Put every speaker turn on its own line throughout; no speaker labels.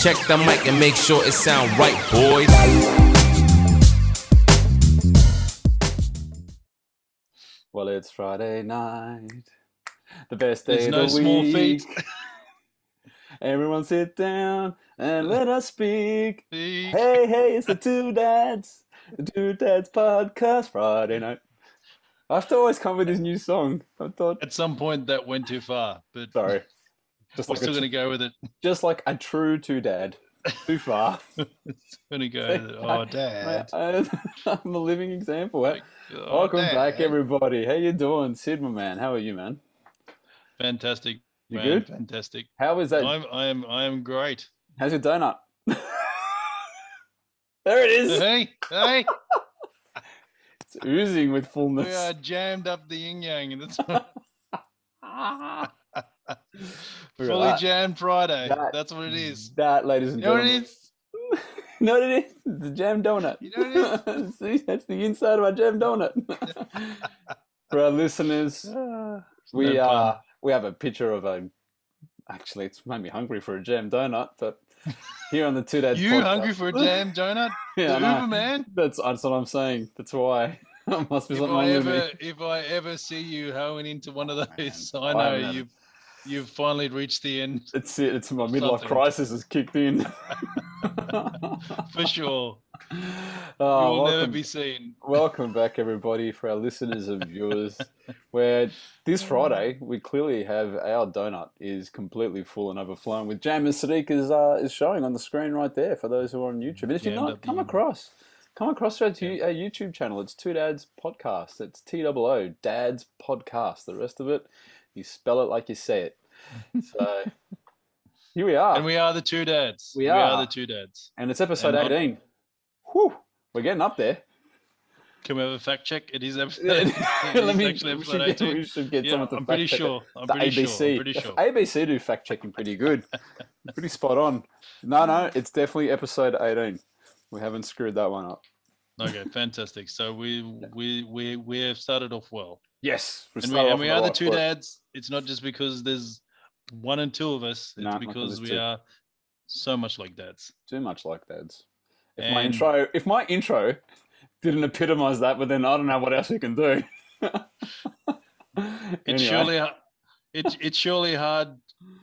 Check the mic and make sure it sound right, boys.
Well, it's Friday night, the best day
There's
of
no
the
small
week.
feat.
Everyone sit down and let us speak.
Speak.
Hey, hey, it's the Two Dads, the Two Dads podcast Friday night. I have to always come with this new song. I thought,
At some point, that went too far, but
sorry, just
we're
like, a,
still going to go with it.
just like a true Two Dad. Too far.
Going to go. With it. Oh,
I,
Dad.
am a living example.
Like, oh,
Welcome back,
Dad.
everybody. How you doing, Sid, my man? How are you, man?
Fantastic.
You
man,
good?
Fantastic.
How is that?
I'm. I am. I am great.
How's your donut? there it is.
hey, hey.
It's oozing with
We are
fullness.
jammed up the yin yang, and it's fully
that.
jammed Friday.
That-
That's what it is.
That, ladies and
You know what
gentlemen.
it is?
No, it is. It's a jam donut.
You know what
See, that's the inside of our jam donut. For our listeners, we
No pun.
uh, we have a picture of a. Actually, it's made me hungry for a jam donut, but here on the Two Dads.
You
podcast-
hungry for a jam donut?
yeah, I
the
know.
Uber man.
That's that's what I'm saying. That's why. must be
If
something wrong
I
with me.
ever, if I ever see you hoeing into one of those, I
I
know
am.
you've, you've finally reached the end
It's it. It's my midlife
Something.
crisis has kicked in.
for sure. you
Oh,
will never
welcome,
be seen.
welcome back, everybody, for our listeners and viewers. Where this Friday we clearly have our donut is completely full and overflowing with jam. As Sadiq is uh, is showing on the screen right there for those who are on
Mm,
YouTube. And if you're
Jammed
not,
up the
come
yin.
across. Come across to our, tu- our YouTube channel. It's Two Dads Podcast. It's T O O Dads Podcast. The rest of it, you spell it like you say it. So here we are.
And we are the two dads.
We
are
are.
the two dads.
And it's episode
And not-
18. Whew, we're getting up there.
Can we have a fact check? It is episode.
Let
it is
me-
actually
we, should
episode
get,
18.
we should get
Yeah,
someone to
I'm
fact
pretty
check that.
sure. I'm
The
pretty
ABC.
sure. I'm pretty sure.
ABC do fact checking pretty good. pretty spot on. No, no, it's definitely episode 18. We haven't screwed that one up.
Okay, fantastic. So we we we we have started off well,
Yes.
and we, and we are the two dads. It's not just because there's one and two of us. It's
Nah, not 'cause
because
there's
we
two.
are so much like dads.
Too much like dads. If my
And-
intro, if my intro didn't epitomize that, but then I don't know what else we can do.
It's
Anyway.
surely surely it's it's surely hard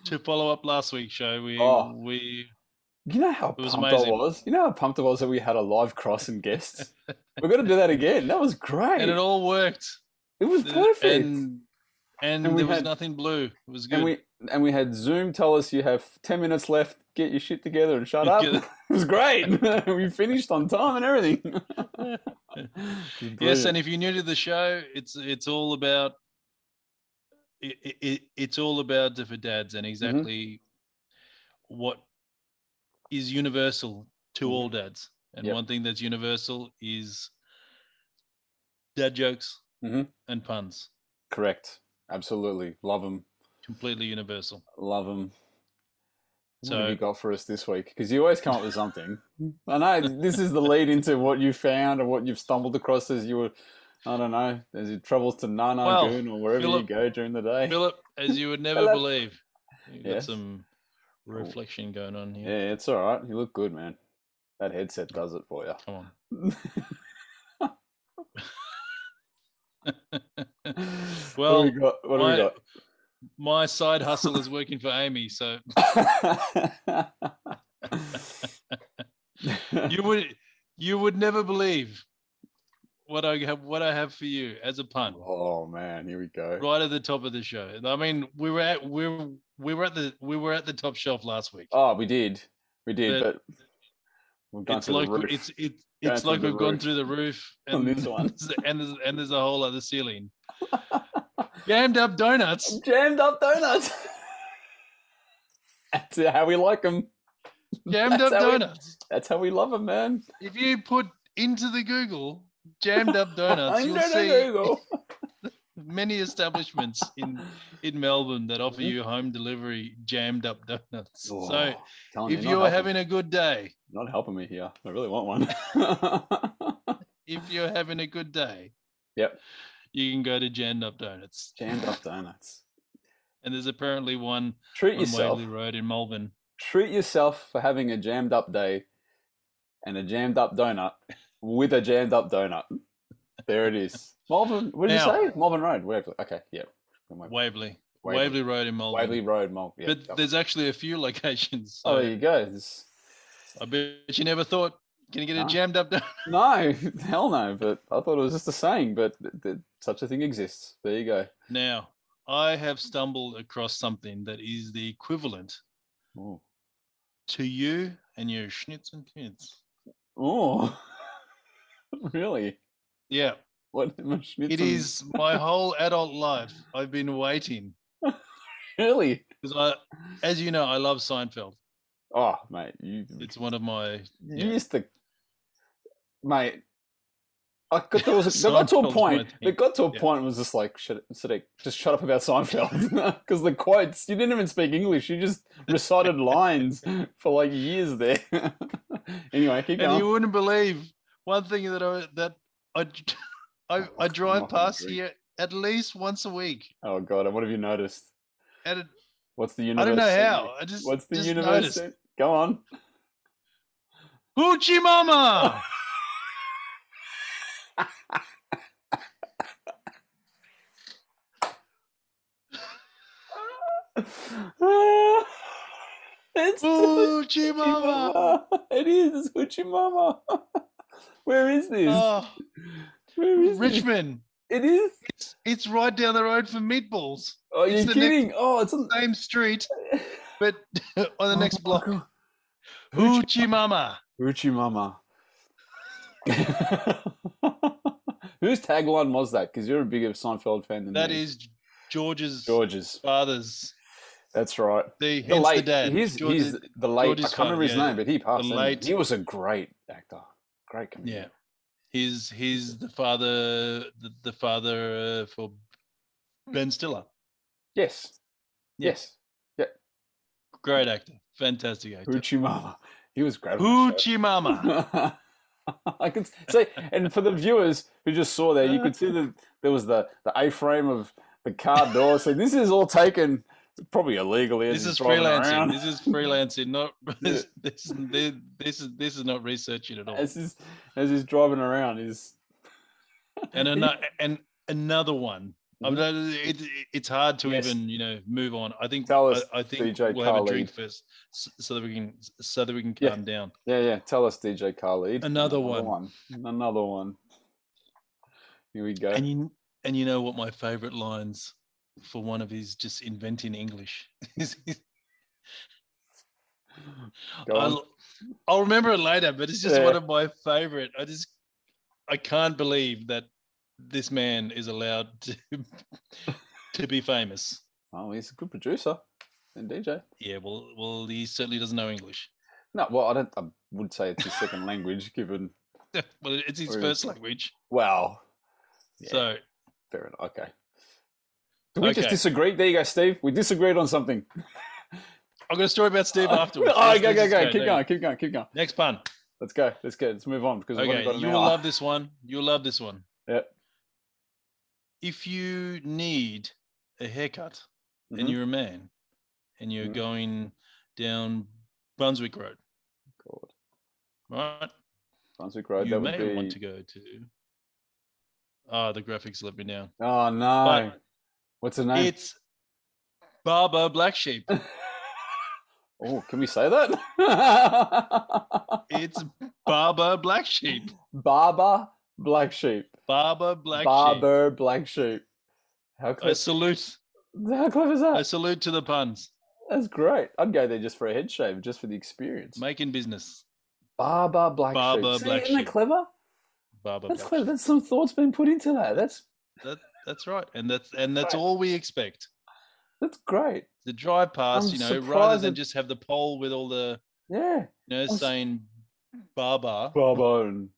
to follow up last week's show. We
Oh.
we
You know how
It was
pumped I
amazing.
was? You know how pumped I was that we had a live cross and guests? We're going to do that again. That was great.
and
It,
it all worked.
was
The-
perfect. And,
And and,
And we
there was
had-
nothing blue. It was good.
we and we had Zoom tell us you have 10 minutes left, get your shit together and shut up.
Get
it
it.
was great. we finished on time and everything.
yes, and if you're new to the show, it's it's all about it, it- it, it's all about the for dads and
Mm-hmm.
exactly what is universal to
Mhm.
all dads. And
Yep.
one thing that's universal is dad jokes
Mhm.
and puns.
Correct. Absolutely. Love them.
Completely universal.
Love them. what have
So
you got for us this week? Because you always come up with something. I know this is the lead into what you found or what you've stumbled across as you were, I don't know, as your travels to Nana
Well,
Goon or wherever
Philip-
you go during the day.
Philip, as you would never
Hello.
believe, you got
Yes.
some reflection going on here.
Yeah, it's all right. You look good, man. That headset does it for you.
Come on.
what
Well,
do we got? What do we
my-
got?
My side hustle is working for Amy, so you would you would never believe what I have what I have for you as a pun
oh man, here we go.
right at the top of the show. I mean, we were at we were, we were at the we were at the top shelf last week.
Oh, we did, we did,
But
but we've gone
it's
through
like
the roof.
it's it,
Going
it's
through
like
the
we've gone
roof.
through the roof
On
and
this one.
and there's, and there's a whole other ceiling. Jammed up donuts.
jammed up donuts. That's how we like them.
Jammed
That's
up
how we-
donuts.
That's how we love them, man.
If you put into the Google jammed up donuts, you'll
Under the
see
Google.
many establishments in in Melbourne that offer
Mhm.
you home delivery jammed up donuts.
Oh,
so
telling
if
not
you're
helping-
having a good day,
not helping me here, I really want one.
if you're having a good day,
Yep.
you can go to jammed up donuts.
jammed up donuts.
And there's apparently one
Treat
on
yourself.
Waverley Road in Melbourne.
treat yourself for having a jammed up day and a jammed up donut with a jammed up donut. There it is. Malvern, what did
Now-
you say? Malvern Road, Waverley. Okay, yeah.
Waverley.
Waverley.
Waverley, Road in Melbourne.
Waverley Road, Malvern. Yeah,
but
that one.
there's actually a few locations.
oh,
so
there you go. There's-
I bet you never thought, can you get
No.
it jammed up? down?"
No, hell no. But I thought it was just a saying, but th- th- such a thing exists. There you go.
now, I have stumbled across something that is the equivalent
Ooh.
to you and your schnitz and kids.
Ooh. really?
Yeah,
What
it is my whole adult life. I've been waiting
really.
because I, as you know, I love Seinfeld.
Oh, mate, you
It's one of my
you
yeah.
used to, mate. I got, there was a, they got to a
Seinfeld's
point.
my
It
thing.
got to a
Yeah.
point. It was just like, shut, Sadiq, just shut up about Seinfeld, because the quotes. You didn't even speak English. You just recited lines for like years there. anyway, keep
and
going.
you wouldn't believe one thing that I that I I,
Oh,
I
come off on a
drive past
drink.
here at least once a week,
Oh God, and what have you noticed?
and it,
What's the
I
universe?
don't know
saying?
how. I just
What's the
just
universe?
noticed.
saying? Go on.
Hoochie Mama.
it's
Hoochie Mama.
Mama. It is. It's Hoochie Mama. Where is this?
Oh,
Where is this?
Richmond.
It is.
It's, it's right down the road from Meatballs.
Oh, you're
It's the
kidding. Oh, it's on
Same street, but on the
Oh
next
my
block.
God.
Hoochie Mama.
Hoochie Mama. Whose tagline was that? Because you're a bigger Seinfeld fan than
That
me.
is George's
George's.
father's.
That's right.
The,
the
hence
late,
the dad.
He's,
George's-
he's the late.
George's
I can't remember
father,
his
yeah,
name, but he passed. didn't he?
late-
He was a great actor, great
yeah
comedian.
he's he's the father the, the father uh, for ben stiller
Yes.
Yeah.
Yes.
great actor fantastic actor
Hoochie Mama. He was great. on that show.
hoochie mama
I could say, and for the viewers who just saw that, you could see that there was the the A frame of the car door. So this is all taken probably illegally. as
this
he's
is
driving
freelancing
around.
this is freelancing not this, this, is- this, this is this is not researching at all
As he's as he's driving around, he's
and another and another one I
Mhm.
mean, it, it- it's hard to
Yes.
even you know move on i think
Tell
I-
us,
I, think
DJ
we'll have a
Khaled.
drink first so, so that we can so that we can
Yeah.
calm down
yeah, yeah. Tell us, DJ Khalid.
Another one.
Another one. Here we go.
And you and you know what my favorite lines for one of his just inventing English is.
Go on.
I'll, I'll remember it later, but it's just one
Yeah.
of my favorite. I just I can't believe that this man is allowed to to be famous.
Oh, he's a good producer and DJ.
Yeah, well, well, he certainly doesn't know English.
No, well, I don't. I would say it's his second language, given.
well, it's his
Or-
first language,
Wow.
so
Fair enough. Okay. Do we just
Okay.
disagree? There you go, Steve. We disagreed on something.
I've got a story about Steve afterwards.
oh,
Let's-
go,
let's
go,
just
go. Keep
there.
going, keep going, keep going.
Next pun.
Let's go. Let's go. Let's move on because we've only
Okay,
got an
you
hour.
will love this one. You'll love this one.
Yep.
If you need a haircut and
Mhm.
you're a man and you're
Mhm.
going down Brunswick Road,
God.
right?
Brunswick Road,
you
that would
may
be.
want to go to. Ah, the graphics let me down.
Oh, no.
But
What's the name?
it's Barber Black Sheep.
Oh, can we say that?
It's Barber Black Sheep.
Barber Black Sheep.
Barber Black Sheep.
Barber Black Sheep. How
I
clever,
salute.
how clever is that?
I salute to the puns.
That's great. I'd go there just for a head shave, just for the experience.
Making business.
Barber Black
Barber
Sheep.
Black
See, isn't that
Sheep.
clever?
Barber
That's
Black
clever. That's some thought's been put into that. That's
That, that's right, and that's and that's
Right.
all we expect.
that's great.
The drive past,
I'm
you know, rather
surprised
than
that-
just have the poll with all the
Yeah.
you know
su-
saying Baba.
Barber and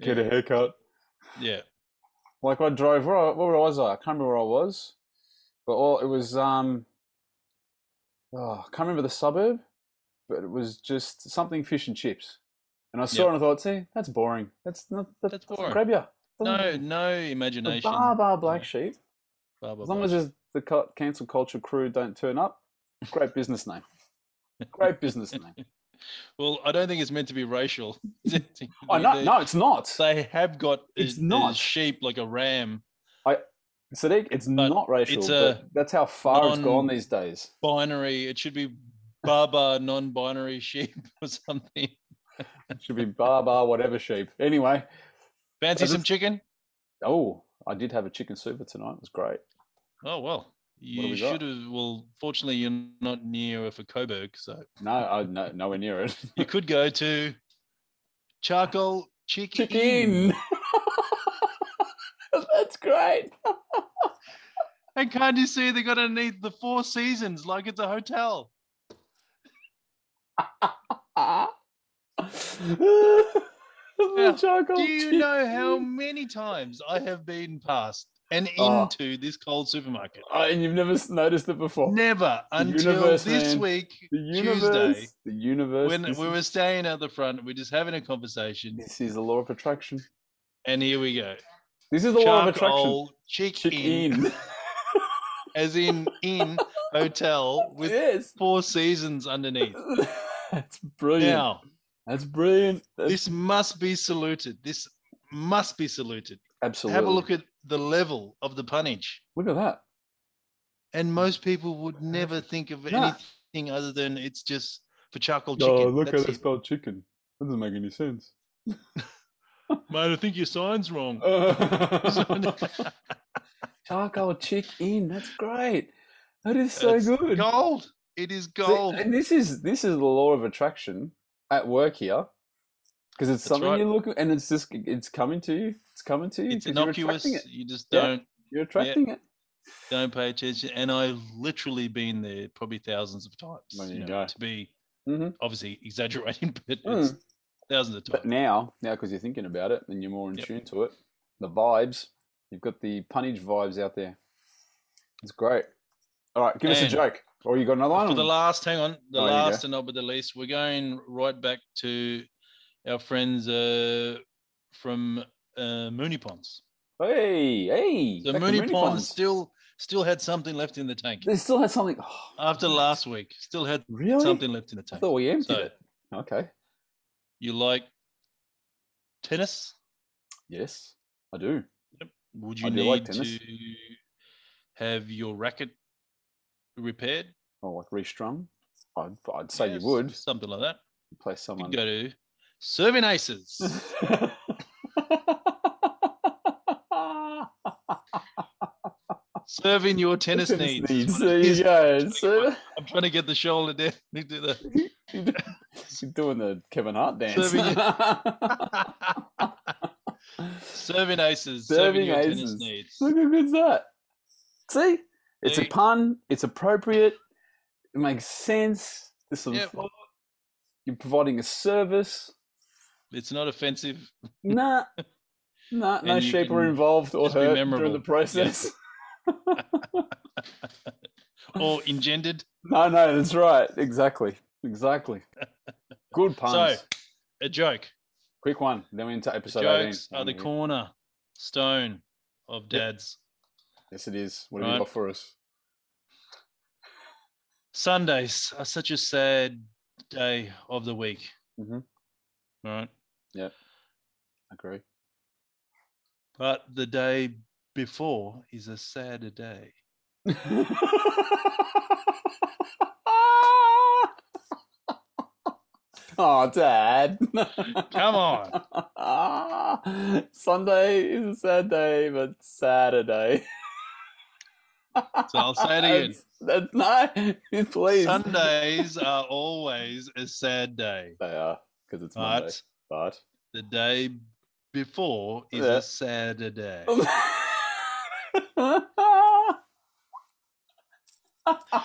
Yeah,
haircut.
yeah.
Like I drove where, I- where was I? I can't remember where I was. But all it was um oh, I can't remember the suburb, but it was just something fish and chips. And I saw
Yep.
it and I thought, see, that's boring. That's not that
That's
doesn't
boring.
grab you.
No, no
the
imagination.
bar bar black
Yeah.
sheep.
Baba
As long as it's the cu- cancel culture crew don't turn up, great business name. Great business name.
Well, I don't think it's meant to be racial.
Oh, no, no, it's not.
They have got a-
It's
a
not.
sheep like a ram
Sadiq, it's
But
not racial.
it's
but
a
that's how far it's gone
non-
these days.
binary. It should be Baba non-binary sheep or something.
It should be bar bar whatever sheep. Anyway,
Fancy
Does it-
some chicken?
oh, I did have a chicken super tonight. It was great.
Oh well,
have
you
we got?
should have. Well, fortunately, you're not near for Coburg, so
No, I no nowhere near it.
you could go to charcoal chicken.
chicken. that's great.
And can't you see they're gonna need the Four Seasons like it's a hotel?
Ah.
Now,
charcoal
Do you know how
chicken.
many times I have been past and
Oh.
into this cold supermarket?
Oh, and you've never s- noticed it before.
Never until
universe,
this
man.
week
the universe.
Tuesday
The universe.
when
this,
we
is,
were staying out the front, we're just having a conversation,
this is the law of attraction.
and here we go.
This is the law of attraction.
Charcoal chicken,
Chicken.
as in in hotel with
yes.
four seasons underneath.
That's brilliant.
Now,
That's brilliant. Oh, That's
this must be saluted. This must be saluted.
absolutely.
Have a look at the level of the punnage.
Look at that.
And most people would never think of
Nah.
anything other than it's just for charcoal
Oh,
chicken. That's it.
spelled chicken. That doesn't make any sense.
Mate, I think your sign's wrong.
Oh. Charcoal chicken. That's great. That is so
That's
good.
Gold. It is
See,
gold.
and this is this is the law of attraction at work here. Because it's
That's
something
right.
you look and it's just it's coming to you. It's coming to you.
It's
'cause you're attracting
innocuous.
it.
You just
Yeah.
don't
You're attracting it.
don't pay attention. And I've literally been there probably thousands of times.
There
you
you
know,
go.
To be
Mhm.
obviously exaggerating, but
Mm.
it's thousands of
But
times.
now, now because you're thinking about it and you're more in
Yep.
tune to it, the vibes, you've got the punnage vibes out there. It's great. All right, give us a
And-
joke. Or you got another one?
For the last, hang on, the
Oh, you go.
last and not but the least, we're going right back to our friends uh, from uh, Mooney Ponds.
hey, hey.
So
back to
Mooney, Ponds,
Ponds.
still still had something left in the tank
They still had something. oh,
after last week. Still had
Really?
something left in the
I
tank.
thought we emptied
So
it. Okay.
you like tennis?
Yes, I do.
Would
I
you
do
need
like tennis.
to have your racket repaired?
Oh, like restrung? I'd, I'd say
Yes,
you would.
Something like that.
You play
You could
someone.
go to Serving Aces. serving your tennis, needs. is what
There
it
you
is.
go.
Trying to
So,
get- I'm trying to get the shoulder down. to do the-
You're doing the Kevin Hart dance.
Serving serving
Serving
Aces. Serving, your
Aces.
tennis needs.
Look how good's that? See, it's a
See?
pun. It's appropriate. It makes sense. There's some
Yeah.
thought. You're providing a service.
It's not offensive.
Nah, nah, no
And you
sheep were
can
involved or
just be
hurt during
memorable.
the
Yeah.
process.
Or engendered.
No, no, that's right. Exactly, exactly. Good puns.
So, a joke.
Quick one. Then we're into episode
Jokes
18.
are the
Yeah.
corner stone of dads.
Yes, it is. What have you
Right.
got for us?
Sundays are such a sad day of the week.
Mhm.
Right.
Agree.
But the day before is a sadder day.
oh, Dad.
Come on.
Sunday is a sad day, but Saturday.
So I'll say it again.
That's, that's no, please.
Sundays are always a sad day.
They are, because it's Monday.
But
But.
the day before is
Yeah.
a sadder day.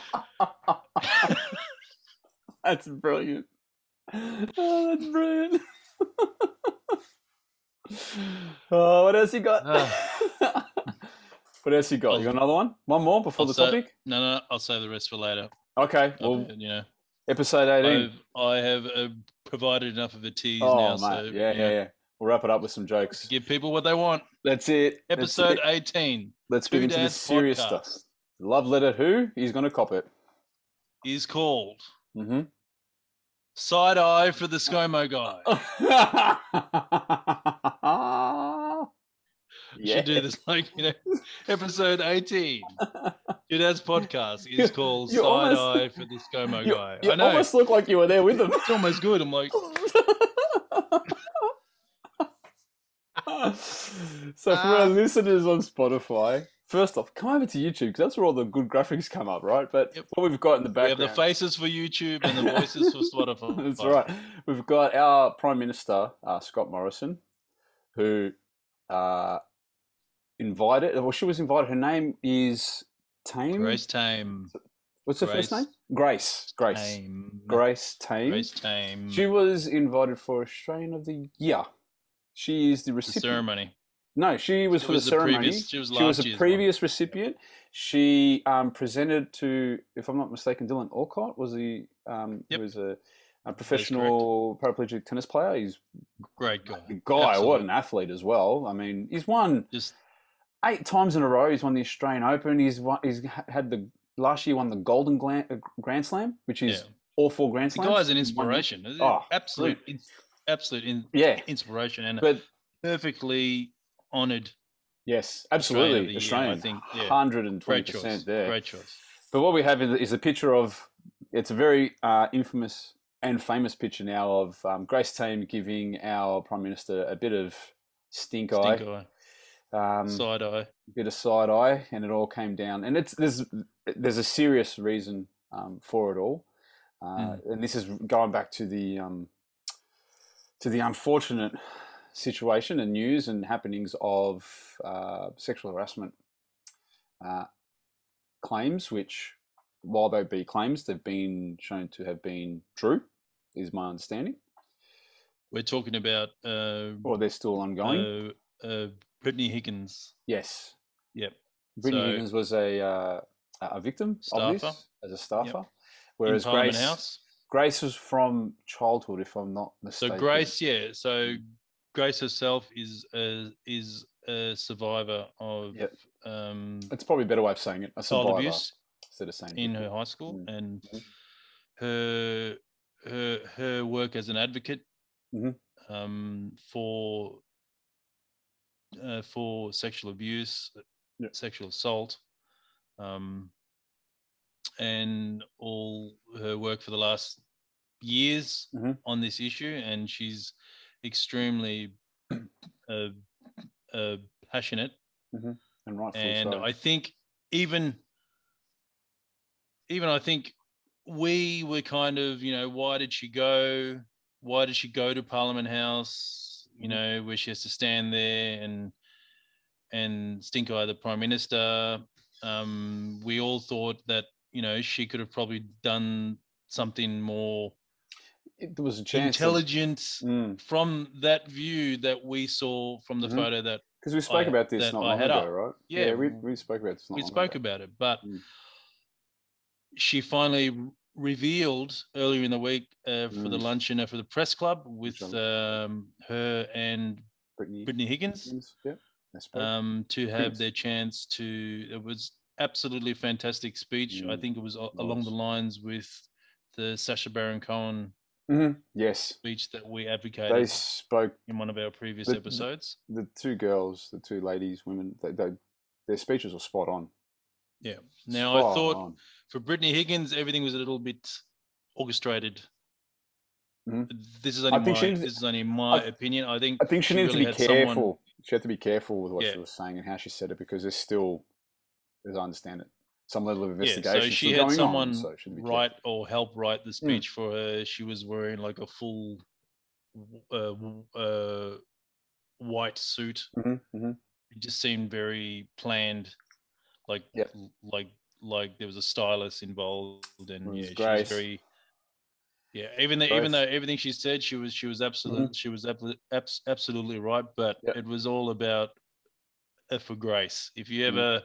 that's brilliant. Oh, that's brilliant. oh, what else you got?
Ah.
what else you got? You got another one? One more before the
Also-
topic?
No, no, I'll save the rest for later.
Okay.
I've-
Well,
you know,
episode 18.
I've, I have uh, provided enough of a tease now.
Oh,
so
mate. Yeah, yeah,
you know,
yeah. We'll wrap it up with some jokes.
give people what they want.
That's it. That's
Episode
it.
18
Let's
Two
get into the
Dads
serious
Podcast.
stuff. Love letter who? He's going to cop it.
is called
Mm-hmm.
Side eye for the ScoMo guy.
Oh, yeah.
Should do this like you know, episode eighteen. Judad's podcast is called
you
Side
almost-
Eye for the ScoMo
You,
guy.
you
I know
almost look like you were there with them.
it's almost good. I'm like,
so for
Ah.
our listeners on Spotify, first off, come over to YouTube because that's where all the good graphics come up, right? But
Yep.
what we've got in the
we have
background,
the faces for YouTube and the voices for Spotify.
that's right. We've got our Prime Minister uh, Scott Morrison, who uh, invited. Well, she was invited. Her name is Tame.
Grace Tame.
What's her first
Grace.
name? Grace. Grace.
Tame.
Grace Tame.
Grace Tame.
She was invited for Australian of the Year. She is the
the
recipient.
ceremony.
No, she was
She
for
was
the
the
ceremony.
previous- she was
she
last
was a
year's one.
previous recipient. She um, presented to, if I'm not mistaken, Dylan Alcott was the um,
Yep.
who was a, a professional paraplegic tennis player. He's
Great guy.
a guy, what
Absolutely.
an athlete as well. I mean, he's won
Just
eight times in a row. He's won the Australian Open. He's won, he's ha- had the last year won the Golden Glan, uh, Grand Slam, which
yeah.
is all four Grand
The
Slams.
guy's an
in one year.
inspiration.
Oh,
absolute, ins- absolute in,
Yeah,
inspiration and
but
perfectly honoured.
yes,
Australian of
absolutely
the year, I
Australian.
think, yeah.
hundred and twenty
Great choice.
percent there.
Great choice.
But what we have is, is a picture of. It's a very uh, infamous and famous picture now of um, Grace Tame giving our Prime Minister a bit of stink eye,
Stink eye,
um,
side eye.
a bit of side eye, and it all came down. And it's there's there's a serious reason um, for it all, uh, and this is going back to the um, to the unfortunate situation and news and happenings of uh, sexual harassment uh, claims, which, while they be claims, they've been shown to have been true, is my understanding,
We're talking about uh,
or they're still ongoing.
uh, uh, Brittany Higgins.
yes.
yep.
Brittany
So-
Higgins was a uh, a victim of
Staffer.
this as a staffer, whereas
Whereas in Parliament
Grace
House.
Grace was from childhood, if I'm not
So
mistaken.
Grace, yeah. So Grace herself is a, is a survivor of
Yep.
um,
It's probably a better way of saying it. A
child
survivor
abuse.
instead of saying
in
victim.
her high school
Mm.
and
Mhm.
her her her work as an advocate
Mhm.
um, for uh, for sexual abuse,
Yeah.
sexual assault, um, and all her work for the last years
Mhm.
on this issue, and she's extremely uh, uh, passionate
and rightfully
and
so.
I think even even I think we were kind of you know why did she go why did she go to Parliament House you
Mhm.
know where she has to stand there and and stink eye the Prime Minister um, we all thought that you know she could have probably done something more
It- there was a chance. Mm.
intelligent
Because
from that view that we saw from the
Mhm.
photo that
we spoke
I-
about this
that
not
I
long
had
ago,
up.
right?
Yeah,
we,
w-
we spoke about this. Not
we
long
spoke
ago.
about it, but
Mm.
she finally r- revealed earlier in the week uh, for the
Mm.
luncheon uh, for the press club with
one?
um, her and
Brittany.
Brittany Higgins
Higgins, Yeah, I spoke.
um, to have
Higgins.
their chance to. It was absolutely fantastic speech. I
Mm,
think it was a- along the
was.
lines with the Sasha Baron Cohen
Mhm, Yes,
speech that we
they
advocated
spoke.
in one of our previous
the- the-
episodes.
The two girls, the two ladies, women. They, they, their speeches were spot on.
Yeah. Now I
Spot
thought
on.
for Brittany Higgins, everything was a little bit orchestrated.
Mhm.
This is only
think
my
she needs-
this is only my
I-
opinion. I think
I think she,
she
needed
really
to
had
be
someone-
careful. She had to be careful with what
Yeah.
she was saying and how she said it because there's still, as I understand it, some level of
so
investigation
she
still
had
going
someone
on. So she had to be Mm.
write or help write the speech for her. She was wearing like a full uh, w- uh, white suit.
careful. hmm
It just seemed very planned, like
Yep.
l- like like there was a stylist involved, and
was
yeah, she
Grace.
was very. Yeah, even though even
Grace.
though everything she said, she was she was absolutely she was abso- abs- absolutely right, but
Yep.
it was all about uh, for Grace. If you
Mhm.
ever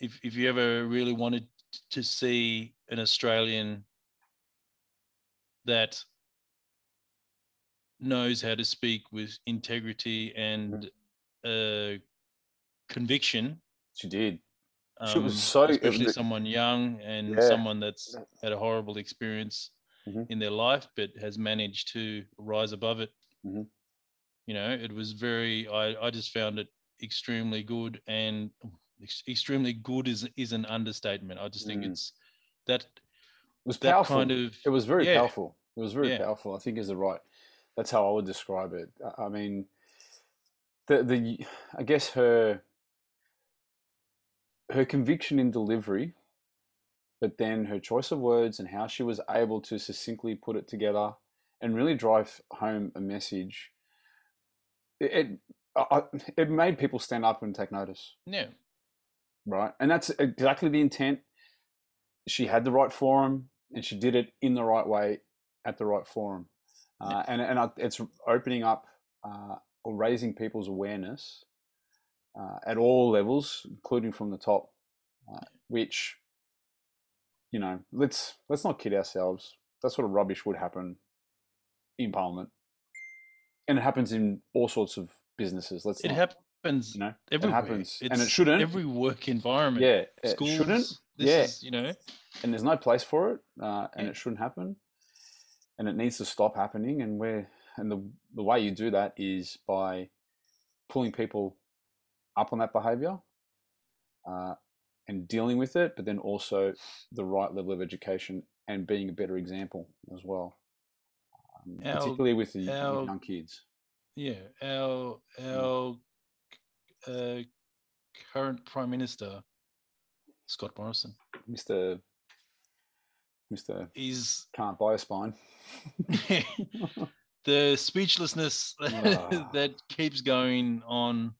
if if you ever really wanted to see an Australian that knows how to speak with integrity and uh, conviction,
She did.
um,
She was so- it was
especially
the-
someone young and
Yeah.
someone that's had a horrible experience
Mhm.
in their life, but has managed to rise above it.
Mhm.
You know, it was very. I I just found it extremely good, and ex- extremely good is is an understatement. I just think
Mm.
it's that
was
that
powerful.
kind of
It was very
yeah.
powerful. It was very
Yeah.
powerful. I think is the right. That's how I would describe it. I- I mean, the the I guess her her conviction in delivery, but then her choice of words and how she was able to succinctly put it together and really drive home a message. It it, I, I- it made people stand up and take notice.
yeah
Right. And that's exactly the intent. She had the right forum and she did it in the right way at the right forum. Uh, and and I, it's opening up uh, or raising people's awareness uh, at all levels, including from the top, uh, which, you know, let's let's not kid ourselves. That sort of rubbish would happen in Parliament. And it happens in all sorts of businesses. Let's
it
not,
happens
you know,
everywhere.
happens, and it
It's
shouldn't.
every work environment.
yeah, it
schools.
shouldn't.
This
yeah.
is, you know,
and there's no place for it, uh, and
Yeah.
it shouldn't happen, and it needs to stop happening. And we're and the the way you do that is by pulling people up on that behaviour, uh, and dealing with it, but then also the right level of education and being a better example as well, um,
Our-
particularly with the
our-
with young kids.
yeah, our our uh, current prime minister, Scott Morrison,
Mister Mister
is
can't buy a spine.
the speechlessness
Ah.
that keeps going on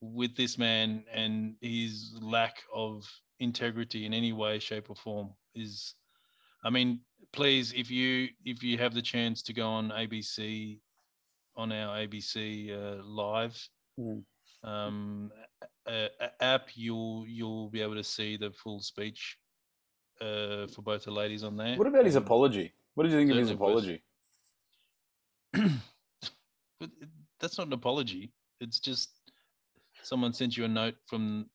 with this man and his lack of integrity in any way shape or form is i mean please if you if you have the chance to go on abc on our abc uh, live
Mm.
um, a, a- app you'll you'll be able to see the full speech uh, for both the ladies on there
What about his
Um,
apology? What did you think of his
certainly worth-
apology?
but it- that's not an apology. It's just someone sent you a note from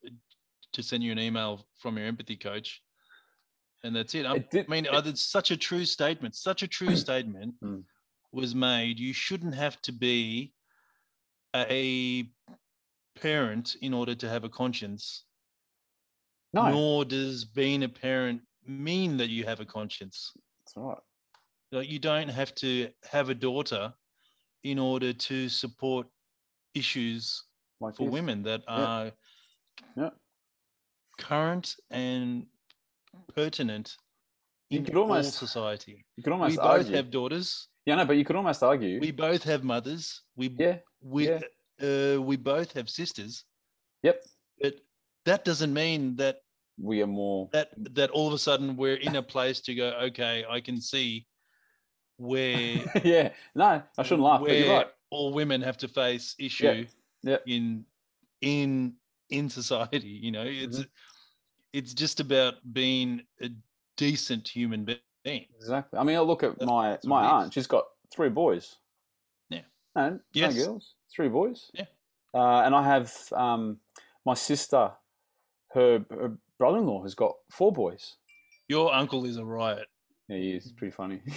to send you an email from your empathy coach, and that's it. i
It did-
I mean,
it-
uh, it's such a true statement. Such a true statement
Mm.
was made. You shouldn't have to be a parent in order to have a conscience.
No,
Nor does being a parent mean that you have a conscience.
that's right.
Like you don't have to have a daughter in order to support issues
Like
for
this.
women that
Yeah.
are
Yeah.
current and pertinent
You
in
could almost-
all society.
you could
We
almost
both
argue.
have daughters.
Yeah, no, but you could almost argue.
We both have mothers. We
yeah,
we
yeah.
uh, we both have sisters.
Yep.
But that doesn't mean that
we are more.
that that all of a sudden we're in a place to go. Okay, I can see where
yeah, no, I shouldn't laugh, Ah, but you're
where
right.
All women have to face issue
yeah.
in in in society. You know, it's
Mm-hmm.
it's just about being a decent human being.
Exactly. I mean, I look at
That's
my
what
my
it is.
aunt. She's got three boys.
Yeah.
No,
Yes.
no girls. Three boys.
Yeah.
Uh, and I have um, my sister. Her, her brother-in-law has got four boys.
Your uncle is a riot.
Yeah, he is. It's pretty funny.
Mm.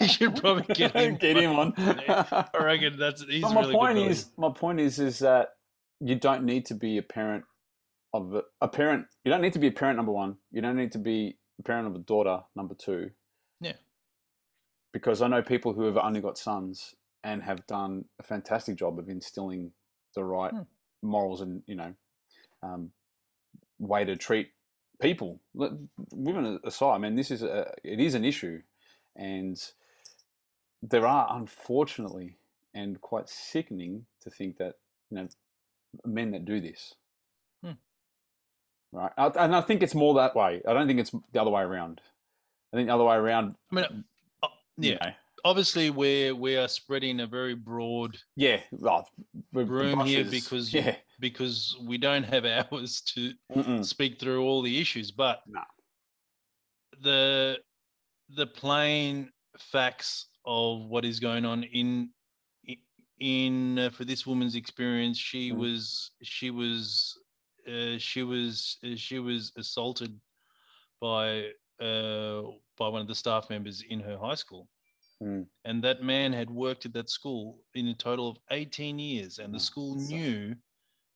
You should probably get him.
Get him on.
I reckon that's he's
But my
really
point
good.
is, my point is, is that you don't need to be a parent of a, a parent. You don't need to be a parent number one. You don't need to be a parent of a daughter number two.
Yeah.
Because I know people who have only got sons and have done a fantastic job of instilling the right
Hmm.
morals and you know um, way to treat people. Let- Women aside, I mean, this is a, it is an issue, and there are unfortunately and quite sickening to think that you know men that do this
Hmm.
right I- and i think it's more that way i don't think it's the other way around i think the other way around
I mean, uh,
you
yeah.
know,
Obviously, we're we are spreading a very broad
yeah well, we're
Room here
brushes,
because-
yeah
because we don't have hours to
mm-mm,
speak through all the issues, but
Mm. Nah.
the the plain facts of what is going on in i- in uh, for this woman's experience, she
Mm.
was she was uh, she was uh, she was assaulted by uh, by one of the staff members in her high school.
Mm.
And that man had worked at that school in a total of 18 years, and the
Mm,
school
so-
knew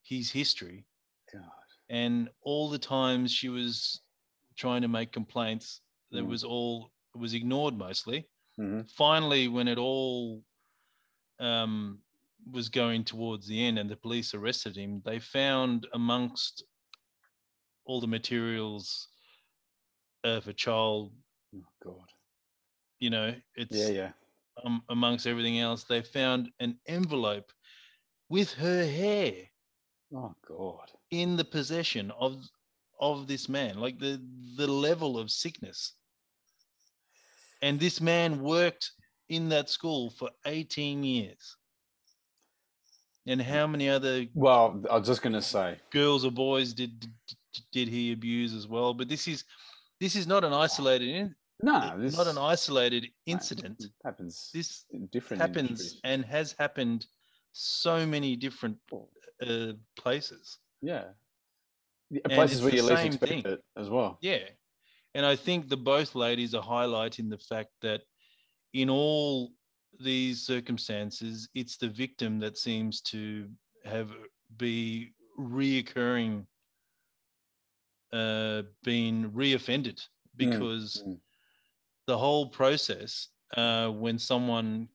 his history.
God.
And all the times she was trying to make complaints, that
Mm.
was all it was ignored mostly.
Mhm.
Finally, when it all um, was going towards the end and the police arrested him, they found amongst all the materials uh, of a child,
Oh, God.
you know, it's
Yeah, yeah.
um, amongst everything else, they found an envelope with her hair
Oh, God.
in the possession of of this man. Like the the level of sickness. And this man worked in that school for 18 years. And how many other
Well, I was just going to say,
girls or boys did did he abuse as well? But this is this is not an isolated in,
no, this
not an isolated
no,
incident.
happens.
This
in different
happens
industries.
and has happened so many different uh, places.
Yeah. Yeah,
And
places
it's
where
the
you least
same
expect
thing.
it as well.
Yeah. And I think the both ladies are highlighting the fact that in all these circumstances, it's the victim that seems to have be reoccurring, uh, being reoffended because
mm.
the whole process, uh, when someone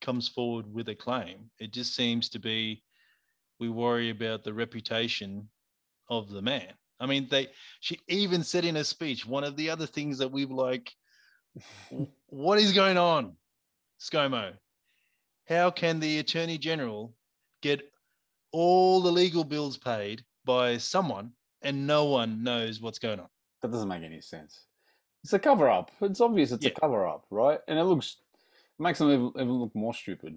comes forward with a claim, it just seems to be we worry about the reputation of the man. I mean, they she even said in her speech one of the other things that we've like w- what is going on scomo how can the attorney general get all the legal bills paid by someone and no one knows what's going on
That doesn't make any sense. It's a cover up. It's obvious it's
Yeah.
a cover up, right? And it looks it makes them even, even look more stupid.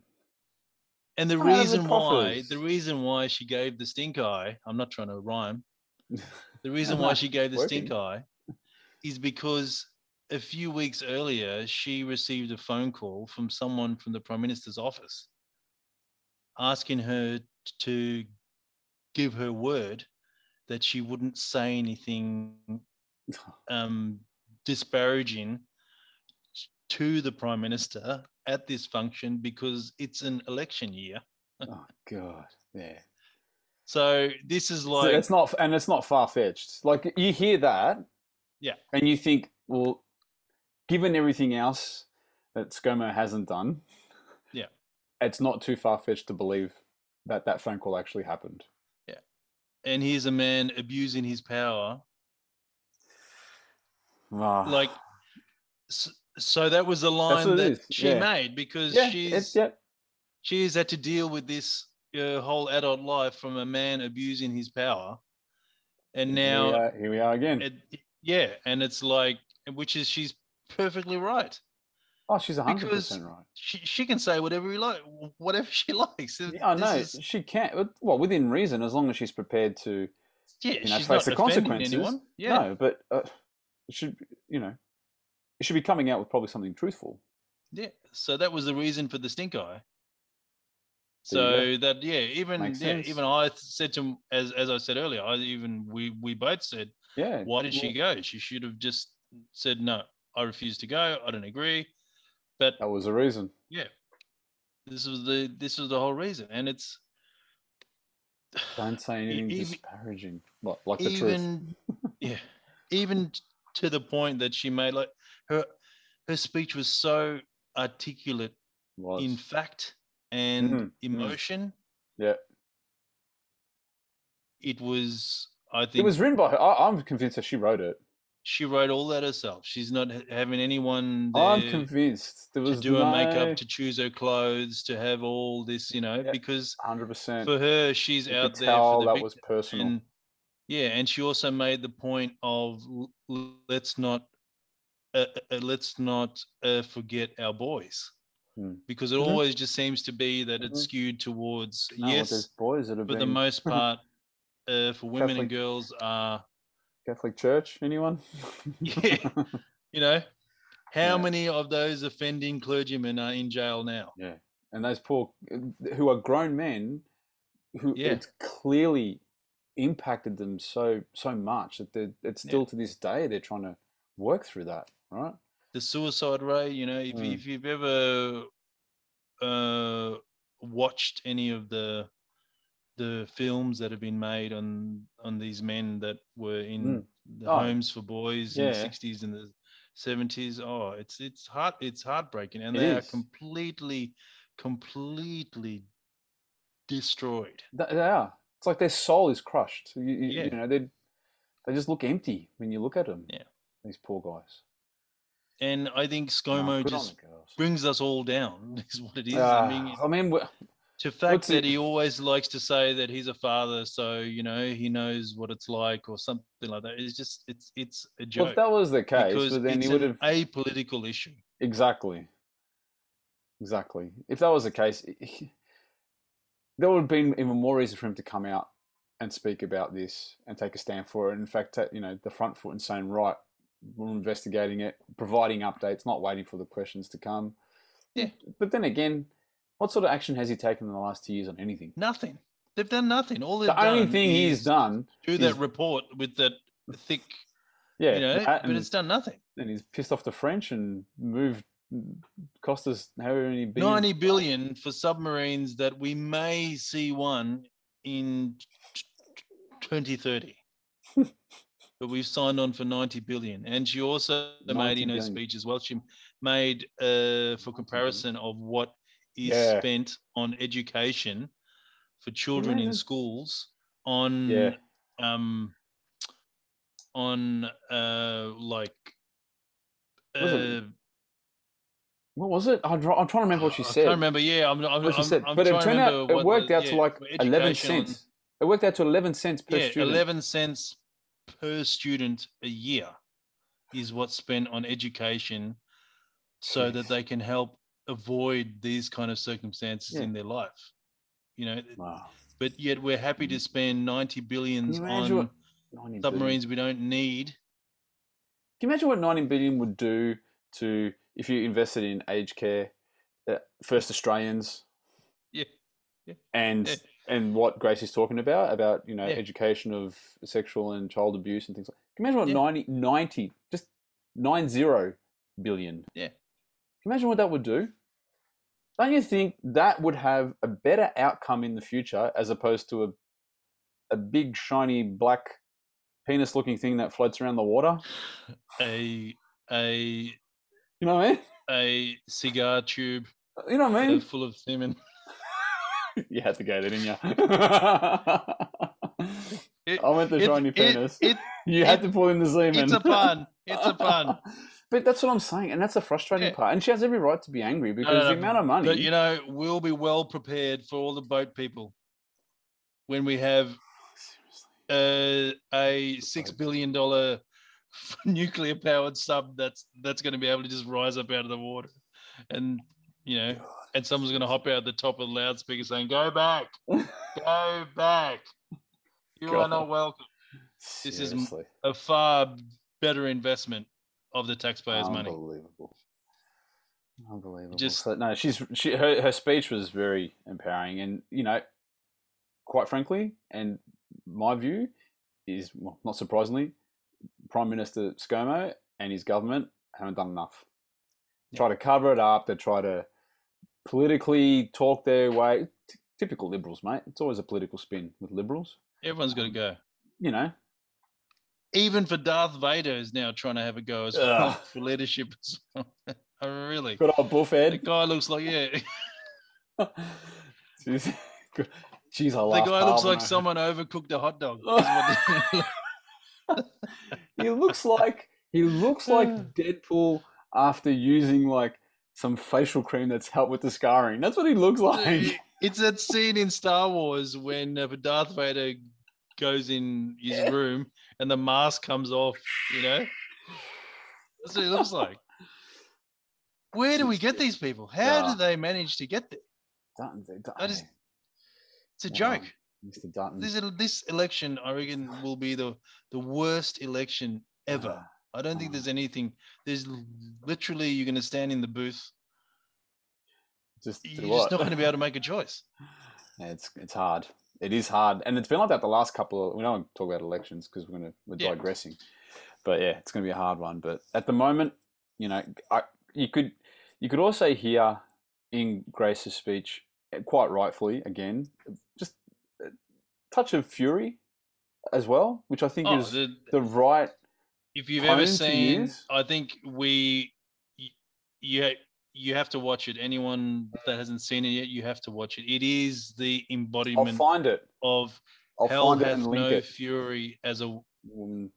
and the
Come out of the
reason why
coffers.
the reason why she gave the stink eye i'm not trying to rhyme the reason why
No,
she gave the stink
working.
eye is because a few weeks earlier she received a phone call from someone from the prime minister's office asking her t- to give her word that she wouldn't say anything um, disparaging to the prime minister at this function because it's an election year.
Oh god, yeah.
So this is
So
like
it's not, and it's not far fetched. Like you hear that,
Yeah.
and you think, well, given everything else that ScoMo hasn't done,
Yeah.
it's not too far fetched to believe that that phone call actually happened.
and here's a man abusing his power
Ah.
like so, so that was the
what
line
it
that
is,
she
yeah.
made because
yeah,
she's
it's, yeah,
she's had to deal with this uh, whole adult life from a man abusing his power and now
here we are, here we are again.
it, yeah and it's like which is she's perfectly right
oh, she's hundred
because-
percent right.
she, she can say whatever he like whatever she likes
Yeah, I
This
know
is-
she can't. Well, within reason, as long as she's prepared to,
yeah
you know,
she's
face
not
the
offending
consequences.
anyone yeah
No, but uh, it should you know, it should be coming out with probably something truthful.
yeah so that was the reason for the stink eye
There
so that yeah even
Makes
yeah,
sense.
even i said to him as as i said earlier i even we we both said
Yeah.
why did
well,
she go? She should have just said, no, I refuse to go. I don't agree. But
That was the reason.
this was the this was the whole reason, and it's
Don't say anything
E-, even-
disparaging. Like, like the truth.
even yeah, even t- to the point that she made like her her speech was so articulate
Was.
in fact and
Mhm,
emotion.
Yeah.
It was. I think
It was written by her. I, I'm convinced that she wrote it.
she wrote all that herself. She's not ha- having anyone.
I'm
there.
convinced. There
to
was
do her
no-
makeup, to choose her clothes, to have all this, you know,
Yeah,
because
100%.
for her, she's
you could
out there
tell
for the
that
victim.
was personal.
and, yeah, and she also made the point of l- l- let's not uh, uh, uh, let's not uh, forget our boys,
Hmm.
because it
Mhm.
always just seems to be that it's
Mhm.
skewed towards
No, well, there's
yes,
boys that have
for
been
the most part. Uh, for women
Catholic-
and girls are,
Catholic Church. Anyone?
Yeah. you know, how
Yeah.
many of those offending clergymen are in jail now?
Yeah, and those poor uh, who are grown men who
Yeah.
it's clearly impacted them so so much that they're, it's
Yeah.
still to this day they're trying to work through that. All right.
the suicide ray you know if,
Mm.
if you've ever uh watched any of the the films that have been made on on these men that were in the
Oh.
homes for boys in
Yeah.
the 60s and the 70s oh it's it's heart it's heartbreaking and
It
they
is.
are completely completely destroyed
Th- They are. It's like their soul is crushed. You, you,
Yeah.
you know, they they just look empty when you look at them.
Yeah.
These poor guys.
and i think
Nah,
scomo
good on
just
the girls.
brings us all down is what it is I mean,
Ah, I mean, we-
to fact
What's
that
it-
he always likes to say that he's a father, so you know he knows what it's like or something like that. It's just it's it's a
well,
joke
if that was the case,
because
but then
it's
he would
an
have
apolitical issue.
exactly, exactly. If that was the case, there would have been even more reason for him to come out and speak about this and take a stand for it. In fact, ta- you know, the front foot and saying, right, we're investigating it, providing updates, not waiting for the questions to come.
Yeah.
But then again, what sort of action has he taken in the last two years on anything?
Nothing. They've done nothing. All they've
The only
done
thing he's
is
done,
do
is-
that report with that thick,
yeah,
you know,
that
but
and-
it's done nothing.
and he's pissed off the French and moved mm, cost us however many billion.
Ninety billion for submarines that we may see one in twenty thirty. But we've signed on for 90 billion. And she also
90
made in her
billion.
speech as well. She made uh, for comparison of what
Mm-hmm.
is
Yeah.
spent on education for children in
Imagine.
schools on
Yeah,
um on uh like uh,
Was it- what was it? I'm, try- I'm trying to remember what she
I
said.
can't remember. Yeah, I'm. I'm,
What she
I'm-
said,
I'm
but it
trying to
turned out
remember
it
what
worked
the-
out to
yeah,
like
for
eleven
education on-
cents. It worked out to eleven cents per
yeah,
student.
eleven cents per student a year is what's spent on education, so that
Jeez.
they can help avoid these kind of circumstances
Yeah.
in their life. You know,
Wow.
but yet we're happy to spend ninety
Can
billions
you imagine
on
what 90 billion
submarines we don't need.
Can you imagine what 90 billion would do to if you invested in aged care, uh, first Australians,
Yeah.
and
Yeah.
and what Grace is talking about about you know
Yeah.
education of sexual and child abuse and things like. Can you imagine what 90,
Yeah.
90 just nine zero billion?
Yeah.
Can you imagine what that would do? Don't you think that would have a better outcome in the future as opposed to a a big shiny black penis looking thing that floats around the water?
A a
You know what I mean?
a cigar tube
You know what
uh,
I mean?
full of semen.
You had to go there, didn't you? I went
It-
Oh, the
It's-
shiny
it-
penis.
it-
you had
it-
to pull in the zoom
it's
in.
a pun. It's a pun.
but that's what I'm saying, and that's the frustrating
Yeah.
part. And she has every right to be angry because
no,
the
no,
amount of money.
Um, But you know, we'll be well prepared for all the boat people when we have
Seriously.
uh, a six billion dollar nuclear powered sub that's that's going to be able to just rise up out of the water, and you know, and someone's going to hop out the top of the loudspeaker saying, "Go back, go back." You are not
God.
welcome. This is m-
Seriously.
A far better investment of the taxpayers' money.
Unbelievable. Unbelievable.
Just-
So, no, she's she her, her speech was very empowering, and you know, quite frankly, and my view is well, not surprisingly, Prime Minister ScoMo and his government haven't done enough. Try to cover it up. They try to politically talk their way. T- typical liberals, mate. It's always a political spin with liberals.
Everyone's got to go.
You know,
Even for Darth Vader is now trying to have a go as well
Ugh.
for leadership. As well. oh, really?
good old
The
buffhead.
guy looks like yeah.
Jeez, Jeez, I
The
laughed
guy looks
hard when
like
I-
someone overcooked a hot dog. is what he-
he looks like he looks like
Uh.
Deadpool after using like some facial cream that's helped with the scarring. That's what he looks like.
it's that scene in Star Wars when uh, Darth Vader goes in his
Yeah.
room and the mask comes off. You know, that's what he looks like. Where do we get these people? How
Yeah.
do they manage to get there?
Dutton, Dutton,
I just- It's a
Wow.
joke.
Mr. Dutton.
This el- this election, I reckon, will be the the worst election ever.
Ah,
I don't think
ah.
there's anything. There's l- literally you're going to stand in the booth.
Just do
You're
what?
just not going to be able to make a choice.
Yeah, it's it's hard. It is hard, and it's been like that the last couple. of... We don't talk about elections because we're gonna we're
Yeah.
digressing, but yeah, it's gonna be a hard one. But at the moment, you know, I, you could you could also hear in Grace's speech, eh, quite rightfully, again, just a touch of fury as well, which I think
Oh,
is the,
the-
right.
if you've ever
tone to
seen,
use?
I think we, y- you, ha- you have to watch it. Anyone that hasn't seen it yet, you have to watch it. It is the
I'll
embodiment
find it.
of
I'll
hell
find it
hath
and link
no
it.
fury as a
Um,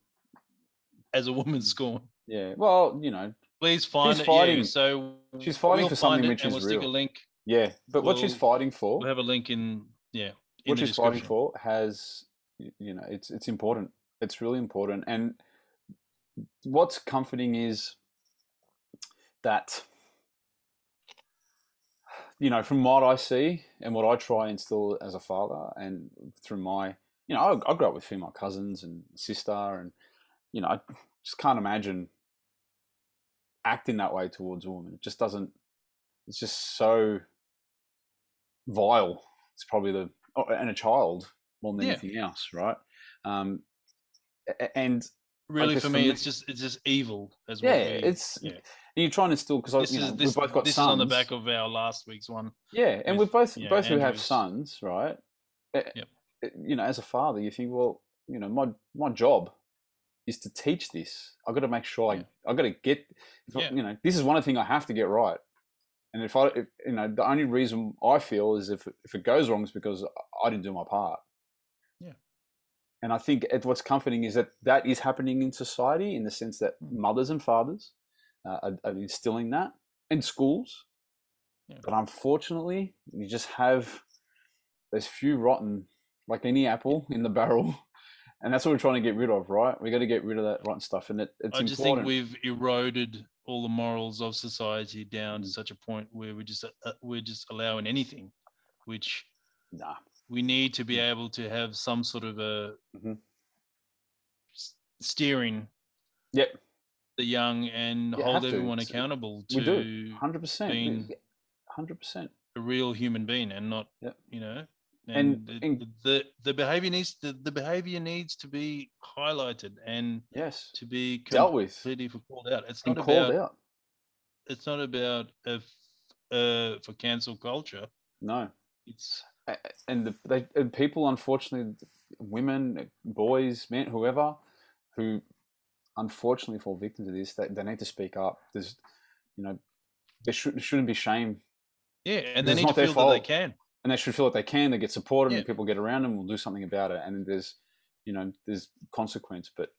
as a woman scorn.
yeah. Well, you know,
Please
Mm.
find
She's
it. yeah,
fighting-
so
she's fighting
we'll
for something
find it
which
and
is
we'll stick
real.
a link.
yeah. But what she's
Well,
fighting for,
We'll have a link in yeah. In
what
the
she's fighting
description.
for has, y- you know, it's it's important. It's really important. And what's comforting is that you know from what i see and what i try and instill as a father and through my you know i, I grew up with female cousins and sister and you know i just can't imagine acting that way towards a woman it just doesn't it's just so vile it's probably the oh, and a child more than
Yeah.
anything else right um a- a- and
Really,
guess
for
for
me,
me-
it's just it's just evil as
yeah
well.
it's
yeah.
and you're trying to still because
this
you know,
is this,
we've both got
this is
sons.
on the back of our last week's one.
yeah, and
with,
we've both
yeah,
both who have
Andrew's-
sons, right? Eh,
Yep.
eh, You know, as a father, you think, well, you know, my my job is to teach this. I've got to make sure
Yeah.
I I've got to get, if I-
Yeah.
you know, this is one thing I have to get right. And if I, if, you know, the only reason I feel is if if it goes wrong is because I- I didn't do my part.
Yeah.
And I think it, what's comforting is that that is happening in society in the sense that
Mm.
mothers and fathers uh, are, are instilling that in schools.
Yeah.
But unfortunately, you just have there's few rotten, like any apple in the barrel, and that's what we're trying to get rid of, right? We got to get rid of that rotten stuff, and it, it's
I just
important.
think we've eroded all the morals of society down to
Mm.
such a point where we're just uh, we're just allowing anything, which
nah,
we need to be
Mm.
able to have some sort of a
Mhm.
s- steering.
Yep.
The young and
You have
hold
to.
everyone
It's- uh,
accountable
we do.
to
hundred percent,
being-
hundred percent.
a real human being and not
Yep.
you know
And-
and, the,
and-
the the behavior needs the, the behavior needs to be highlighted and
Yes,
to be
dealt with
completely for called out it's
and
not
called
about
out.
it's not about uh, f- uh for cancel culture
No,
it's
A- a- and the, they and people unfortunately women boys men whoever who unfortunately fall victim to this they, they need to speak up there's you know there should, shouldn't be shame
yeah and they
It's
need to
not their
feel that they
fault.
can
and they should feel that they can they get supported
Yeah.
and people get around them will do something about it and there's you know there's consequence but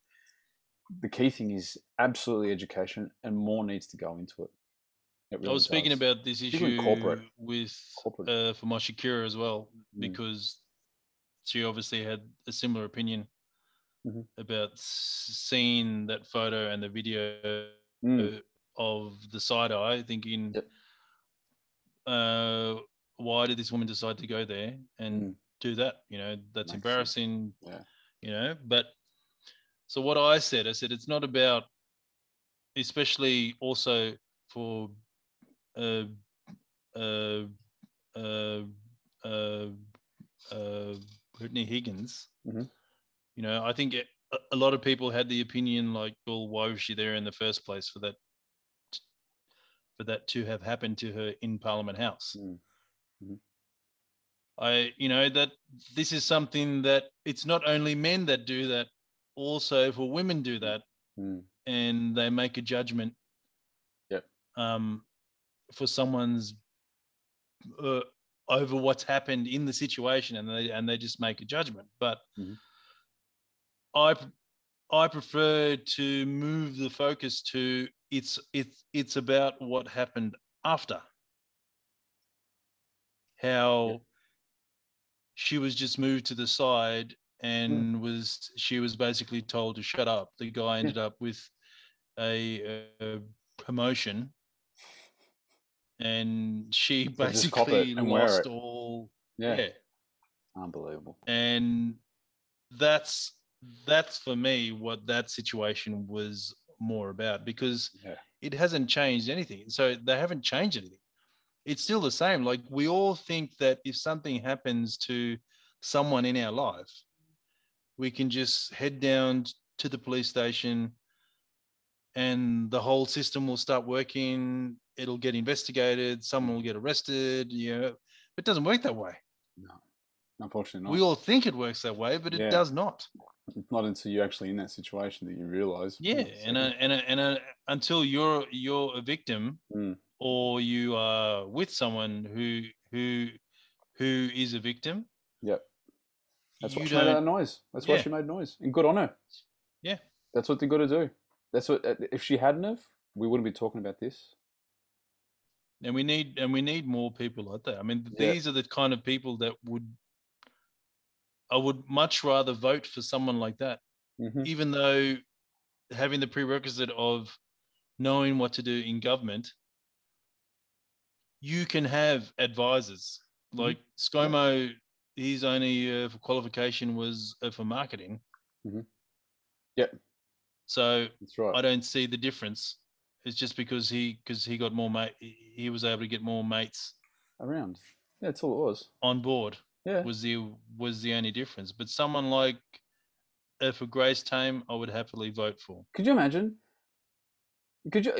the key thing is absolutely education and more needs to go into it, It
i
really
was speaking
does.
about this issue
Even corporate.
with
Corporate.
uh for my shakira as well
Mm.
because she obviously had a similar opinion
Mhm.
about s- seeing that photo and the video
Mm,
uh, of the side eye, thinking,
Yep.
uh, why did this woman decide to go there and
Mm.
do that? You know, that's
Makes sense.
embarrassing.
Yeah.
You know, but so what I said, I said it's not about, especially also for, uh, uh, uh, uh, uh, Brittany Higgins.
Mhm.
You know, I think it, a- a lot of people had the opinion like, well, why was she there in the first place for that for that to have happened to her in Parliament House?
Mm. Mhm.
I, you know, that this is something that it's not only men that do that, also for women do that,
mm.
and they make a judgment.
Yep.
Um, for someone's uh, over what's happened in the situation, and they and they just make a judgment. But
Mhm.
I p- I prefer to move the focus to it's it's it's about what happened after. How she was just moved to the side
Hmm.
and was she was basically told to shut up. The guy ended up with a, uh promotion, and she
So just cop it
basically
and wear
lost
it.
all.
yeah.
yeah,
unbelievable
and that's that's for me what that situation was more about because
Yeah.
it hasn't changed anything so they haven't changed anything it's still the same like we all think that if something happens to someone in our life we can just head down to the police station and the whole system will start working. It'll get investigated. Someone will get arrested. You know, it doesn't work that way.
Unfortunately, not.
We all think it works that way, but it
Yeah.
does not.
It's not until you're actually in that situation that you realize. Mm,
Yeah, and uh, and uh, and uh, until you're you're a victim
Mm.
or you are with someone who who who is a victim.
Yep. That's why
you
she made that
don't.
noise. That's why
Yeah.
she made noise. And good on her.
Yeah.
That's what they got to do. That's what. uh, If she hadn't have, we wouldn't be talking about this.
And we need and we need more people like that. I mean,
Yeah.
these are the kind of people that would. I would much rather vote for someone like that,
hmm
even though having the prerequisite of knowing what to do in government, you can have advisors.
Mhm.
Like ScoMo, his only uh, qualification was uh, for marketing.
Mhm. Yep.
So
That's right.
I don't see the difference. It's just because he because he got more mate, he he was able to get more mates
Around. Yeah, that's all it was.
on board.
Yeah.
Was the was the only difference. But someone like uh, for Grace Tame, I would happily vote for.
Could you imagine? Could you,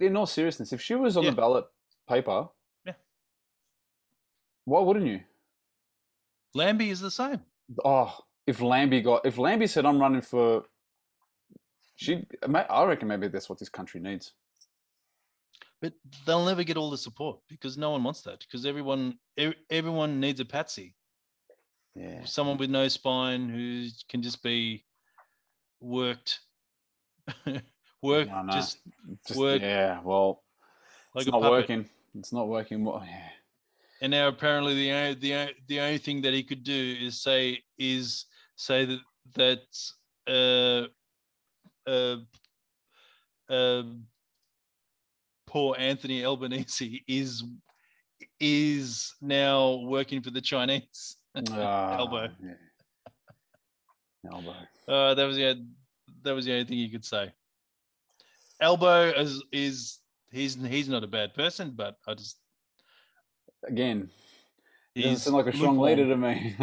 in all seriousness, if she was on
Yeah.
the ballot paper,
Yeah.
Why wouldn't you?
Lambie is the same.
Oh, if Lambie got, if Lambie said, "I'm running for," she, ma- I reckon maybe that's what this country needs.
but they'll never get all the support because no one wants that because everyone ev- everyone needs a patsy
Yeah.
someone with no spine who can just be worked worked
No, no.
just
Just,
work
yeah. Well,
like
it's
a
not
puppet
working. It's not working. Well, yeah.
and now apparently the only, the o- the only thing that he could do is say is say that that uh uh um poor Anthony Albanese is is now working for the Chinese. Elbow.
Ah, yeah. Elbow.
Uh, that was the on- that was the only thing you could say. Elbow is is he's he's not a bad person, but I just
Again, it doesn't
he's
seem like a strong
lukewarm.
leader to me.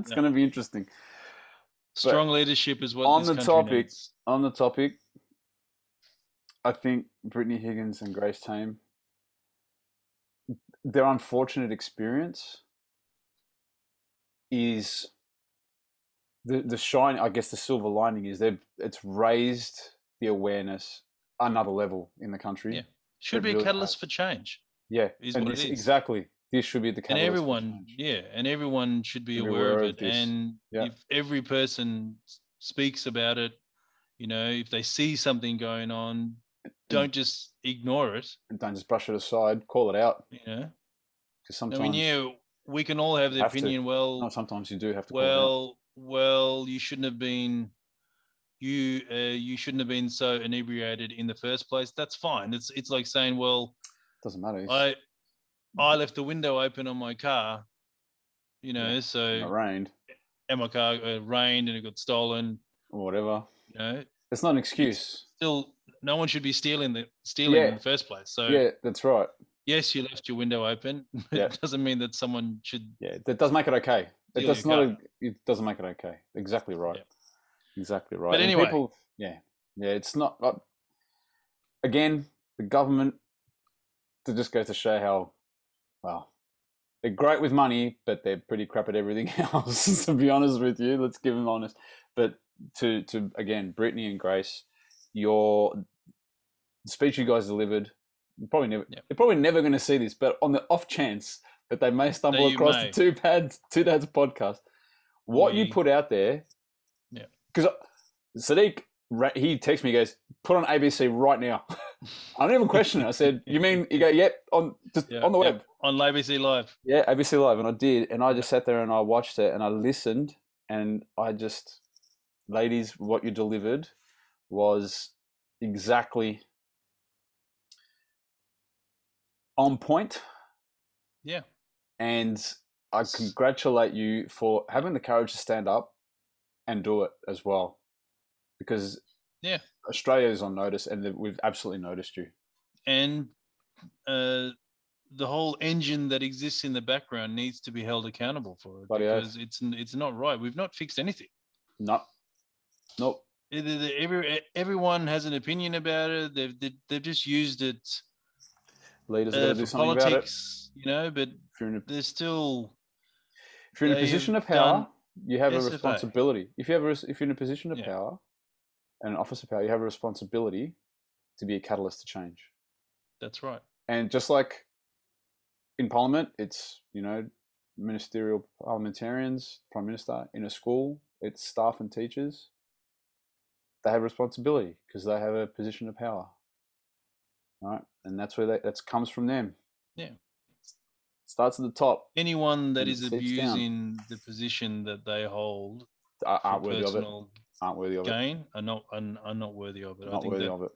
it's
Yeah.
going to be interesting.
Strong leadership is what
on
this
the
country
topic-
needs.
On the topic, I think Brittany Higgins and Grace Tame, their unfortunate experience is the the shine. I guess the silver lining is they've it's raised the awareness another level in the country.
Yeah. should be a
really
catalyst
has.
for change.
Yeah,
Is
and
what it
this-
is.
exactly. This should be the
and
catalyst for
everyone
change.
yeah and everyone should be
Should be
aware,
aware
of
of
it
this.
and
Yeah.
if every person s- speaks about it you know if they see something going on
Mm.
don't just ignore it
And don't just brush it aside. Call it out
you know
because
i
sometimes
mean yeah we can all have the
Have to.
opinion well
no, sometimes you do have to. Call it out.
well well you shouldn't have been you uh, you shouldn't have been so inebriated in the first place that's fine it's it's like saying well
doesn't matter. It's
i i left the window open on my car you
Yeah.
know so
it rained
and my car uh, rained and it got stolen.
or whatever.
You know,
It's not an excuse.
still, no one should be stealing the stealing
Yeah.
in the first place. So
Yeah, that's right.
yes, you left your window open. but
Yeah.
It doesn't mean that someone should.
Yeah, that does make it okay. It
Steal
does
your
not. A, it doesn't make it okay. Exactly right. Exactly right.
But
And
anyway.
people, yeah, yeah. It's not. Uh, again, the government. To just go to show how, well, they're great with money, but they're pretty crap at everything else. to be honest with you, let's give them honest. But to to again, Brittany and Grace, your speech you guys delivered, you probably never.
Yep.
They're probably never going to see this, but on the off chance that they may stumble
you
across
may.
the two pads, two dads podcast, what you
We-
put out there,
Yeah.
because Sadiq ra- he texts me, he goes, "Put on ABC right now." I don't even question it. I said, "You mean?" You go, "Yep, on just
Yeah,
on the
yeah.
web."
on ABC Live.
Yeah, ABC Live, and I did, and I just sat there and I watched it and I listened, and I just, ladies, what you delivered was exactly on point,
Yeah,
and I
S-
congratulate you for having the courage to stand up and do it as well, because
Yeah.
Australia is on notice, and we've absolutely noticed you.
and uh, the whole engine that exists in the background needs to be held accountable for it
Bloody oath.
because it's it's not right. We've not fixed anything.
No, nope,
the- the- every e, everyone has an opinion about it. They've they, they've just used it
Leaders got
uh,
to do
for
something about it.
politics, you know. But
If you're in a,
they're still
if you're in a
they've
position of power,
done
you have a
SFA.
responsibility. If you have a, res- if you're in a position of
Yeah.
power and an office of power, you have a responsibility to be a catalyst to change.
that's right.
And just like in Parliament, it's you know ministerial parliamentarians, prime minister. In a school, it's staff and teachers. They have responsibility because they have a position of power, right? And that's where that that's comes from them.
Yeah.
starts at the top.
Anyone that
And it
is
sits down.
abusing the position that they hold
Ar-
for
Uh, Aren't worthy of it.
personal
Aren't worthy of it.
gain are not are, are not worthy of it. I
Not
think
worthy
that
of it.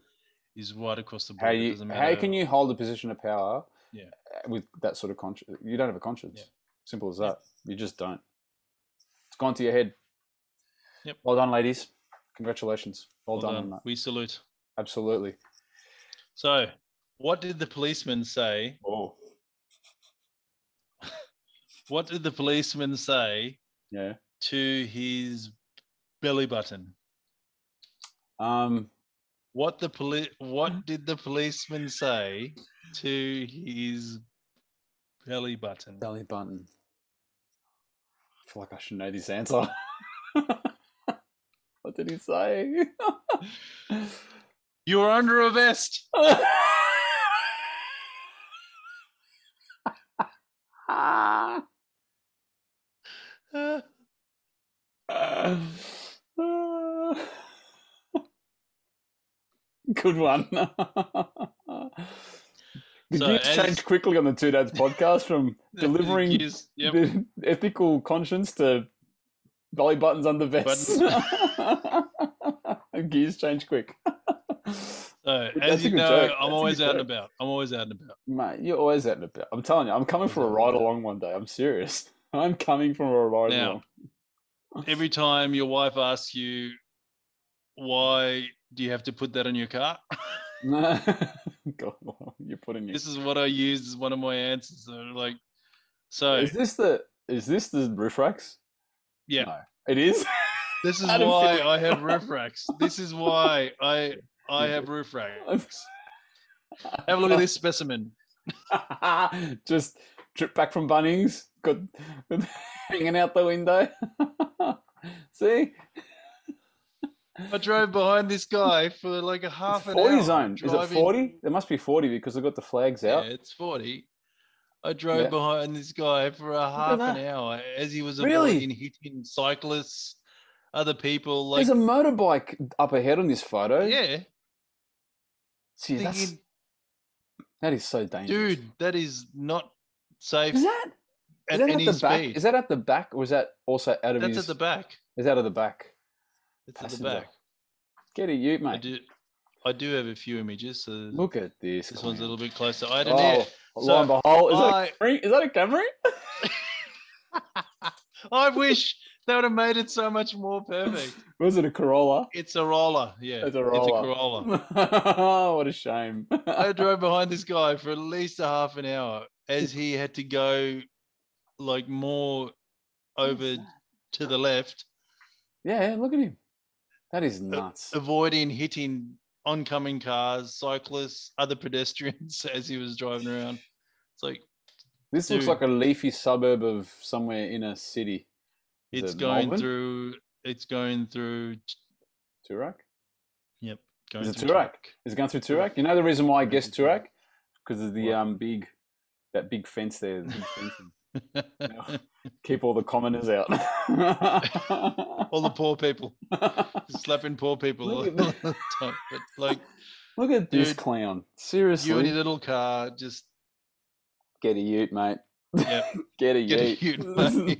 is right across the board.
How
It
you
doesn't
how
matter-
can you hold a position of power?
Yeah.
uh, With that sort of conscience, you don't have a conscience.
Yeah.
Simple as
Yeah.
that. You just don't. It's gone to your head.
Yep.
Well done, ladies. Congratulations. Well,
Well
done,
done.
on that.
We salute.
Absolutely.
So, what did the policeman say?
Oh,
What did the policeman say
yeah.
to his belly button?
Um,
What the poli- What did the policeman say to his belly button?
belly button. I feel like I should know this answer. what did he say?
You are under a vest. Uh,
Good one. The
So
gears
as-
changed quickly on the Two Dads podcast from
the- the
delivering
gears- Yep.
the ethical conscience to belly buttons under vests. gears change quick.
So,
That's
as
a
you
good
know,
joke. That's a
I'm
good
always out and
joke.
about. I'm always out and about.
Mate, you're always at the. I'm telling you, I'm coming for a ride along one day. I'm serious. I'm coming for a ride
Now,
along.
Every time your wife asks you, why do you have to put that on your car?
God, you're putting your
this is what I used as one of my answers. So, like, so
Is this the is this the roof racks?
Yeah.
No. It is?
this is
I don't feel
why
it.
I have roof racks. This is why I I
You
have
do.
roof racks. Have a look at this specimen.
Just trip back from Bunnings, got hanging out the window. See?
I drove behind this guy for like a half an
forty
hour.
zone. Is it
driving-
forty? There must be forty because they've got the flags
Yeah,
out.
it's forty. I drove
Yeah.
behind this guy for a half an
that.
hour as he was
Really?
avoiding hitting cyclists, other people. Like,
There's a motorbike up ahead on this photo.
yeah,
Gee, that's,
thinking,
that is so dangerous.
dude, that is not safe
Is that, is
at
that at
any
the back?
speed.
Is that at the back or is that also out of
That's
his
at the back.
is out of the back?
It's at the
Passenger.
back.
Get a ute,
I
mate.
do, I do have a few images. So
Look at this.
this one's a
clown.
little bit closer. I don't
Oh,
know.
lo and behold, is
I-
that, a Camry? is that a Camry?
I wish that would have made it so much more perfect.
Was it a Corolla?
It's a roller. Yeah,
It's a Roller.
Corolla.
what a shame.
I drove behind this guy for at least a half an hour as he had to go like more over to the left,
yeah, yeah, look at him. That is nuts.
avoiding hitting oncoming cars, cyclists, other pedestrians as he was driving around. It's like
This looks
dude.
like a leafy suburb of somewhere in a city. Is
it's
it
going
Melbourne?
through it's going through
Turak?
yep, going
Is it
through
Turak?
Turok.
Is it going through Turak? You know the reason why I guessed Turak?
Turak.
Because of the
Why?
um big, that big fence there. the big fencing. Keep all the commoners out.
All the poor people. slapping poor people all
Look at
the time. But like
look at this
Dude,
clown.
you
Seriously.
in your little car, just
Get a ute, mate.
Yep.
Get a
Get a
ute.
ute, mate.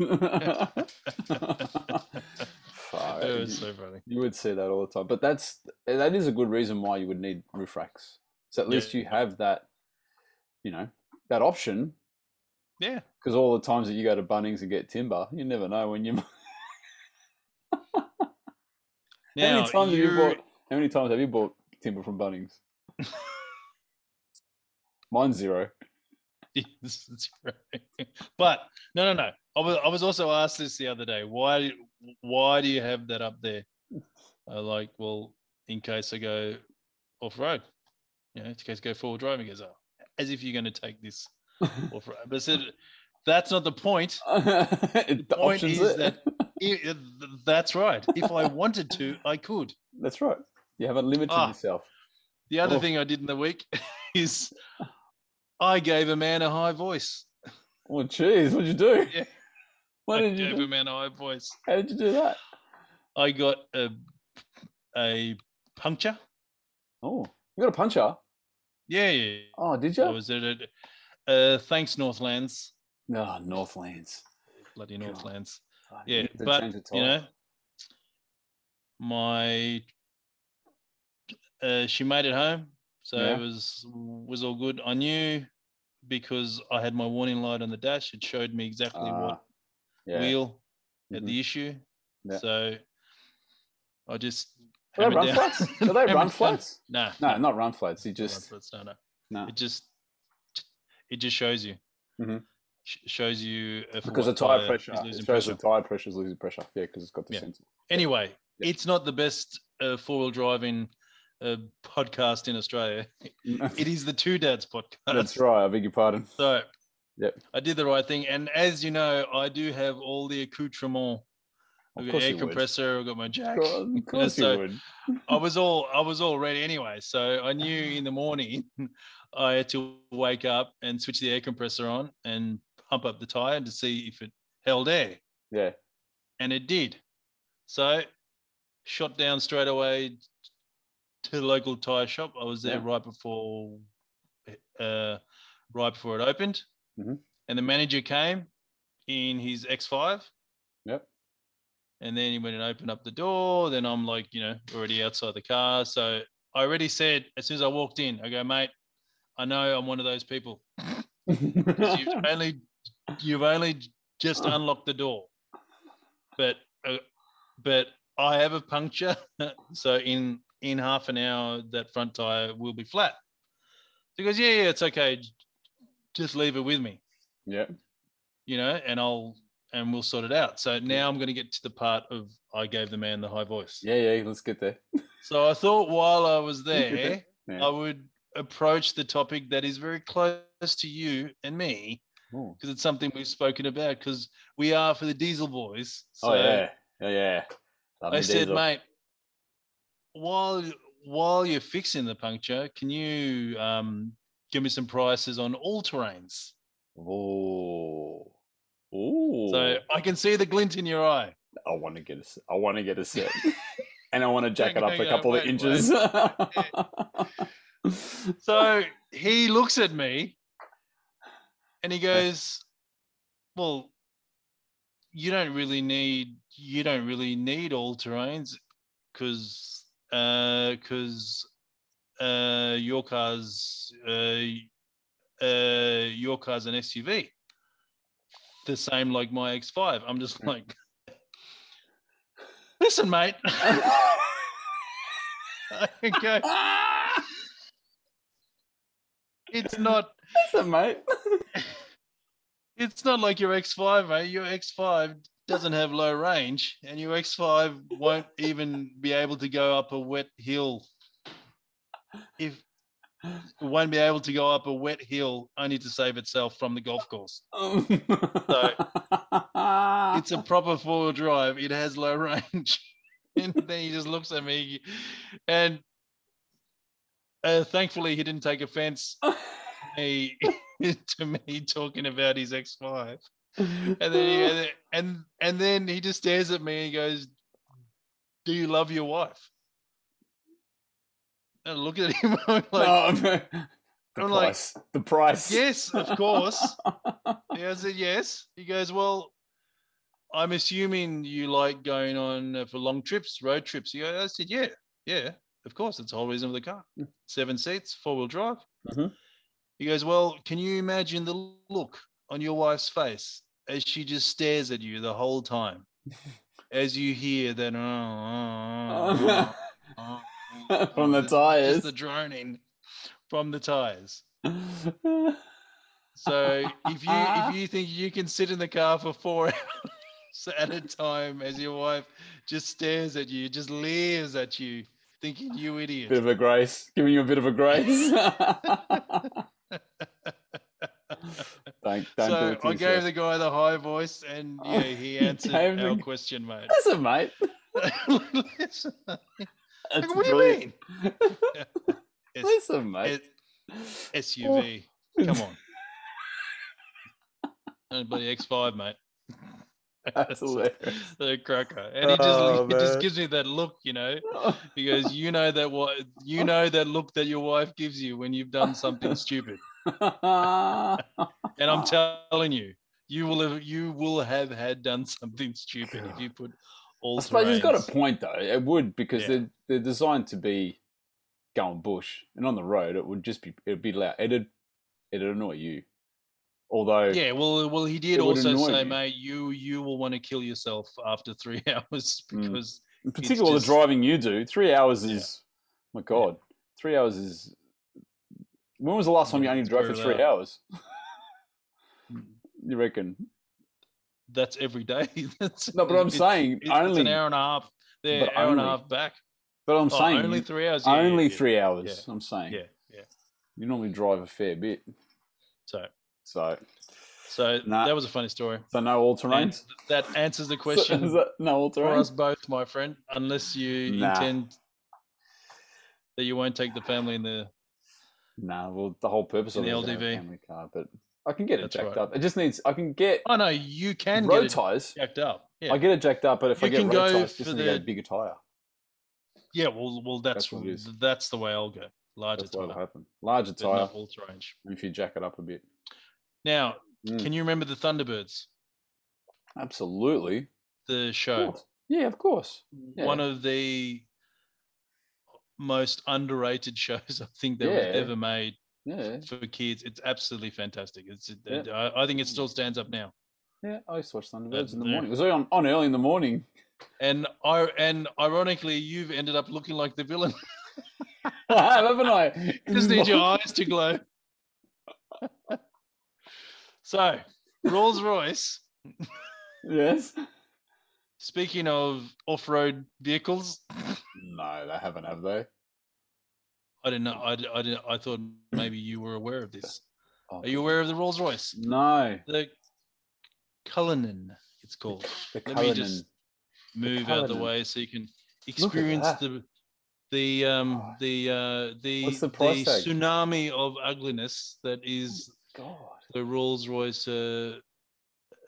Fuck,
it was
you-
so funny.
you would say that all the time, but that's that is a good reason why you would need roof racks. So at
Yeah.
least you have that, you know, that option.
Yeah.
Because all the times that you go to Bunnings and get timber, you never know when you. how
Now,
many times have you
you-
bought? How many times have you bought timber from Bunnings? Mine zero.
Yes, that's right. But no, no, no. I was, I was also asked this the other day. Why, why do you have that up there? Uh, like, well, in case I go off road, you know, in case I go forward driving, he goes, oh, as if you're going to take this off road. But I said, that's not the point.
it, the
point
option's
is
there.
I- uh, that's right. If I wanted to, I could.
That's right. You haven't limited
Ah.
yourself.
The other
Oh.
thing I did in the week is I gave a man a high voice.
Well, geez, what'd you do?
Yeah.
What
I
did you
gave
do?
a man a high voice.
How did you do that?
I got a a puncture.
Oh, you got a puncher.
Yeah, yeah. yeah.
Oh, did
I
you?
was at a, uh, thanks Northlands,
No, Northlands.
bloody
God.
Northlands.
Oh,
Yeah,
you need to
but
change the
you
title.
know, my uh, she made it home, so
Yeah.
it was was all good. I knew because I had my warning light on the dash; it showed me exactly what
Ah, yeah.
wheel at
Mhm.
the issue.
Yeah.
So I just
Are they
hammered
run
down-
flats? Are they
hammered
run
down-
flats?
Nah,
No,
nah,
not run flats. You
not run
just
flats, no, no.
no.
It just it just shows you.
Mhm.
Sh- shows you if
because the
what
tire pressure,
is
it
losing
shows
pressure.
the tire pressure is losing pressure. Yeah, because it's got the
Yeah.
sensor.
Anyway,
Yeah.
it's not the best uh, four wheel driving uh, podcast in Australia. It is the Two Dads podcast.
That's right. I beg your pardon.
So
Yep.
I did the right thing. And as you know, I do have all the accoutrements.
Of
I've got
course
air
you would.
compressor, I've got my jack.
God, Of course you
so-
would.
I was all I was all ready anyway. So I knew in the morning I had to wake up and switch the air compressor on and pump up the tire to see if it held air.
Yeah.
And it did. So shot down straight away to the local tire shop. I was there
Yeah.
right before uh, right before it opened.
Mhm.
And the manager came in his X5
Yep.
and then he went and opened up the door. Then I'm like, you know, already outside the car. So I already said as soon as I walked in, I go, mate, I know I'm one of those people. 'Cause You've only you've only just unlocked the door, but uh, but I have a puncture, so in in half an hour that front tire will be flat. So he goes, yeah, yeah, it's okay. j- Just leave it with me
yeah.
you know, and I'll and we'll sort it out. So now I'm going to get to the part of I gave the man the high voice.
Yeah. Yeah. Let's get there.
So I thought while I was there,
Yeah.
I would approach the topic that is very close to you and me
Ooh. Oh,
because it's something we've spoken about because we are for the Diesel Boys. So
oh yeah. Yeah. Yeah. Love
I
the
said,
diesel.
mate, while while you're fixing the puncture, can you um, give me some prices on all terrains?
Ooh. Ooh.
So I can see the glint in your eye.
I want to get a, s- I want to get a set, and I want to jack it
Hang on,
up a
hang on,
couple of
wait, wait.
inches.
So he looks at me and he goes, Well, you don't really need you don't really need all terrains because because uh, your car's uh, uh, your car's an SUV. The same like my X5. I'm just like listen, mate. I go,
Listen,
it's not
mate.
It's not like your X5, mate. Your X5 doesn't have low range, and your X5 won't even be able to go up a wet hill. If it won't be able to go up a wet hill, only to save itself from the golf course.
Um,
It's a proper four-wheel drive. It has low range, and then he just looks at me, and uh, thankfully he didn't take offence to me- to me talking about his X5. And then he, and then- and and then he just stares at me and goes, "Do you love your wife?" And I look at him I'm like,
No, the
I'm like,
price. the price.
"Yes, of course." yeah, I said, "Yes." He goes, "Well, I'm assuming you like going on uh, for long trips, road trips." He goes, I said, "Yeah, yeah, of course. It's the whole reason of the car.
Mm.
Seven seats, four wheel drive."
Mhm.
He goes, "Well, can you imagine the look on your wife's face as she just stares at you the whole time?" As you hear that "Oh,
Um, From the
just
tires.
the droning from the tires.
Uh-huh.
So if you if you think you can sit in the car for four hours at a time as your wife just stares at you, just leers at you, thinking you
Bit
idiot.
of a grace, giving you a bit of a grace. don't don't do
so
it to
I gave
yourself.
the guy the high voice, and
Oh,
yeah, he
you
answered
gave the
our
g-
question, mate.
Listen, mate.
Listen,
it's
what do you
brilliant.
mean? Eh, It's-
Listen, mate.
It- SUV, come on. Oh, bloody X5, mate.
That's hilarious.
The cracker, and he just
Oh,
he just
man.
gives me that look, you know. He goes, "You know that what you know that look that your wife gives you when you've done something stupid." And I'm telling you, you will have you will have had done something stupid if you put all.
I suppose he's got
terrains.
a point though. It would because
Yeah.
they're they're designed to be going bush, and on the road it would just be it'd be loud. It'd it'd annoy you. Although,
Yeah, well, well, he
It
did
would
also
annoy
say,
me.
"Mate, you you will want to kill yourself after three hours
Mm.
because
in particular,
just-
the driving you do, three hours
Yeah.
is my god. Three hours is. When was the last time you
Yeah,
only
it's
drove for
very
three
loud. Mm.
hours? you reckon?
that's every day." that's,
No, but I'm
it's-
saying
it's, it's
only.
an hour and a half. There,
but
hour and a
only.
half back.
but I'm
Oh,
saying
only
only,
three hours. Yeah, yeah, yeah,
three hours. I'm saying
Yeah, yeah.
you normally drive a fair bit,
So,
so
so
Nah.
that was a funny story.
so no all
And
terrains.
that answers the question
Is that no all
for
terrains.
us both, my friend. Unless you
Nah.
intend that you won't take the family in the
Nah, well, the whole purpose
In
of
the
it is to have a
LDV.
family car, but I can get it
That's
jacked
right.
up. It just needs I can get
Oh no, you can
road
get it
tires.
jacked up. Yeah,
I get it jacked up, but if I
You
get
can
road
go
tires,
for
just need to get a
the-
bigger tire.
yeah. Well, well, that's
That's what it is.
that's the way I'll go. Larger
That's what'll
tire,
happen. Larger
but
tire,
not all range.
and if you jack it up a bit,
Now,
Mm.
can you remember the Thunderbirds?
absolutely.
The
Of
show,
course. Yeah, of course. Yeah.
one of the most underrated shows I think that
Yeah.
were ever made
Yeah,
for kids. It's absolutely fantastic. It's
Yeah.
I, I think it still stands up now.
yeah. I used to watch Thunderbirds in the
there.
morning. It was on, on early in the morning.
And I and ironically, you've ended up looking like the villain.
I have, haven't I?
Just need your eyes to glow. so, Rolls Royce.
Yes.
Speaking of off-road vehicles,
No, they haven't, have they?
I didn't know. I, d- I didn't. I thought maybe you were aware of this.
Oh,
Are you aware of the Rolls Royce?
No.
The Cullinan, it's called.
The
Let me
Cullinan.
just Move out the
Cullinan.
way so you can experience
that.
the the um
Oh.
the uh the
What's the
the
price tag?
tsunami of ugliness that is
God.
the Rolls Royce uh,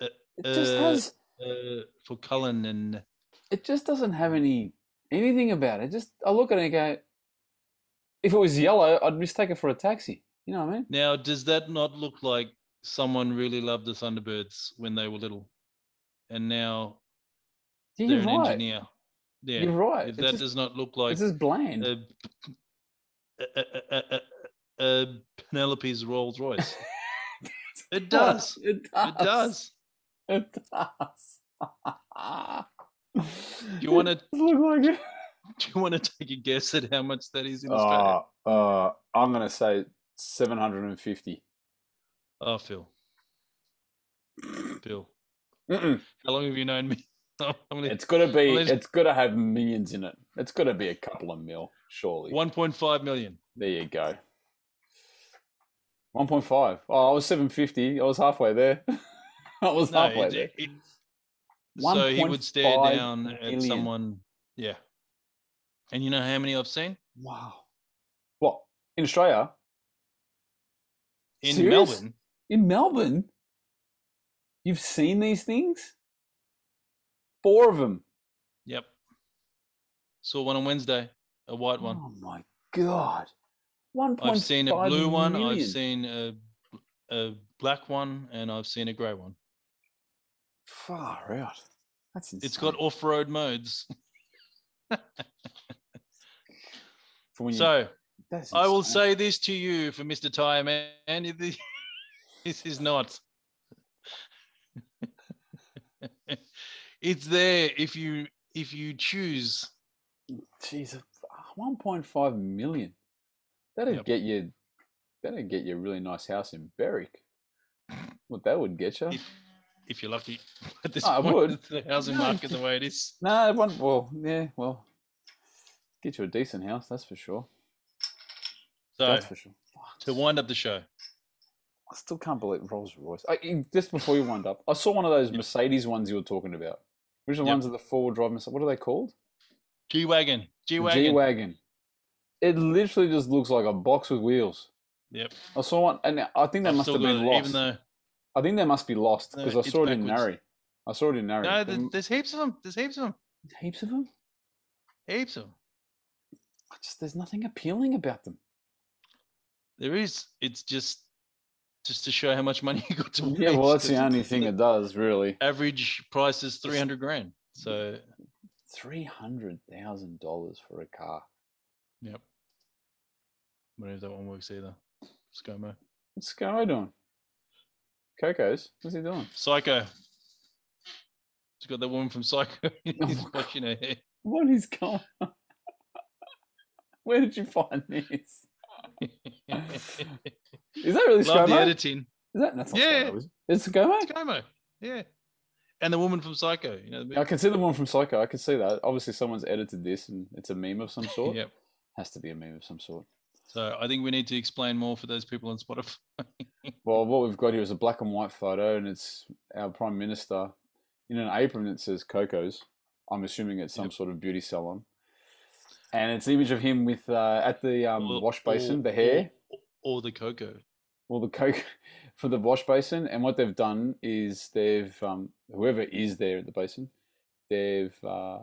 It just
Uh,
has
uh, for Cullen and
it just doesn't have any anything about it. Just I look at it and go, if it was yellow, I'd mistake it for a taxi. You know what I mean?
now does that not look like someone really loved the Thunderbirds when they were little, and now
Yeah,
they're
you're
an
right.
engineer? Yeah,
You're right. It's
if that
just,
does not look like
it's just bland.
uh, uh, uh, uh, uh, uh, Penelope's Rolls Royce, it does.
It does.
It does.
It does.
you wanna-
It does look like it?
Do you want to take a guess at how much that is in Australia?
Uh, uh, I'm gonna say 750. Ah.
Oh, Phil, Phil,
Mm-mm.
how long have you known me? I'm gonna-
It's gotta be.
Well, there's-
It's gotta have millions in it. It's gotta be a couple of mil, surely.
1.5 million.
There you go. 1.5. Oh, I was 750. I was halfway there. I was
No,
halfway
it,
there.
it, so he would stare
1.5
down
million.
at someone. Yeah. And you know how many I've seen
Wow. What? In Australia?
in
Serious?
Melbourne?
In Melbourne? You've seen these things? Four of them.
Yep. Saw one on Wednesday, a white one.
Oh my god. One
I've seen a blue Oh, one. I've seen a a black one, and I've seen a grey one.
far out. That's insane.
It's got off-road modes.
For when you-
So
that's
I will
insane.
say this to you, for Mister Tireman, this- this is not. it's there if you if you choose.
Jeez, uh, a- 1.5 million. That'd
Yep.
get you. That'd get you a really nice house in Berwick. What that would get you?
If- if you're lucky. At this
I
point,
would.
the housing market the way it is.
No, it won't. Well, yeah, well, get you a decent house, that's for sure.
So
That's for sure. Fuck.
to wind up the show,
I still can't believe Rolls Royce. I, you- just before you wind up, I saw one of those Mercedes ones you were talking about. Which are the
Yep.
ones that the four-wheel drive? Merce- What are they called?
G wagon, G
G
wagon.
wagon. It literally just looks like a box with wheels.
Yep.
I saw one, and I think they
I've
must
still
have
got
been
it,
lost.
Even though
I think they must be lost
No,
because I
it's
saw it in
backwards.
Nari. I saw it in Nari.
no,
There
there's, there's heaps of them. There's heaps of them.
m- heaps of them.
Heaps of them.
I just there's nothing appealing about them.
There is. It's just just to show how much money you got to.
Yeah, well,
waste,
that's the
'cause
only thing it does, really.
Average price is three hundred grand. So
Three hundred thousand dollars for a car.
yep. I don't know if that one works either. ScoMo.
What's Sky doing? Coco's. What's he doing?
Psycho. He's got that woman from Psycho. in
Oh
his
my God.
washing her hair.
What is going on? Where did you find this? Is that really
Love the
ScoMo? Is
editing.
that that's not
Yeah.
ScoMo, is it? It's ScoMo?
ScoMo. Yeah. And the woman from Psycho. You know the
I can see the one from Psycho. I can see that. Obviously, someone's edited this, and it's a meme of some sort.
movie? Yep.
Has to be a meme of some sort.
So I think we need to explain more for those people on Spotify.
Well, what we've got here is a black and white photo, and it's our prime minister in an apron that says Coco's. I'm assuming it's some
Yep.
sort of beauty salon, and it's an image of him with uh, at the um,
Or-
wash basin,
or-
the hair,
Or, or the cocoa.
well, the coke for the wash basin. And what they've done is they've um, whoever is there at the basin, they've uh,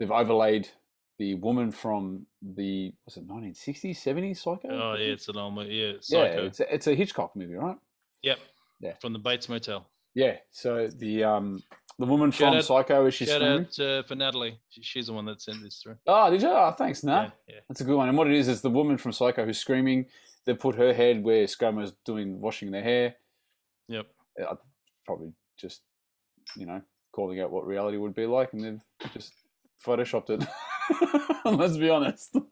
they've overlaid the woman from the was it 1960s, 70s Psycho?
Oh,
I
yeah,
think?
it's an old mo- Yeah, it's
yeah.
psycho.
It's a, it's a Hitchcock movie, right?
Yep.
Yeah.
From the Bates Motel.
Yeah. So the um the woman
Shout
from
out-
Psycho is she
Shout
screaming?
out uh, for Natalie. She, she's the one that sent this through.
Oh, did you? Oh, thanks, nah.
Yeah, yeah.
That's a good one. And what it is is the woman from Psycho who's screaming. They put her head where ScoMo's doing washing their hair.
Yep.
I probably just you know calling out what reality would be like, and they've just photoshopped it. Let's be honest.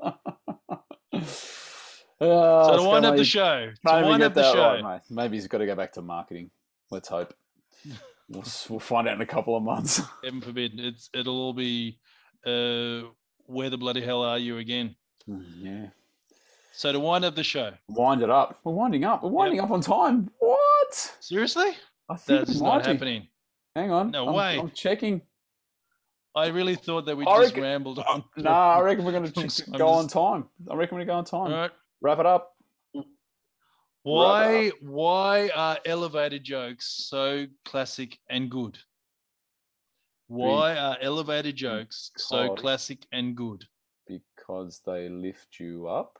So
Ah,
to wind up the
ScoMo,
show.
can't
To
even
wind
get
up the
that
show.
right, mate. Maybe he's got to go back to marketing. Let's hope. We'll, s- we'll find out in a couple of months.
Heaven forbid. It's it'll all be uh, where the bloody hell are you again?
Mm, yeah.
So to wind up the show.
Wind it up. We're winding up. We're winding up on time. What?
Seriously?
I think
That's
we
just
might
not
be.
happening.
Hang on.
No
I'm,
way.
I'm checking.
I really thought that we
I
just
reckon- Oh,
rambled on.
Nah, I reckon we're going
I'm
to
just-
go on time. I reckon we're going to go on
All
time.
right.
Wrap it up.
Why why are elevator jokes so classic and good? Why are elevator jokes so
Because-
classic and good?
Because they lift you up.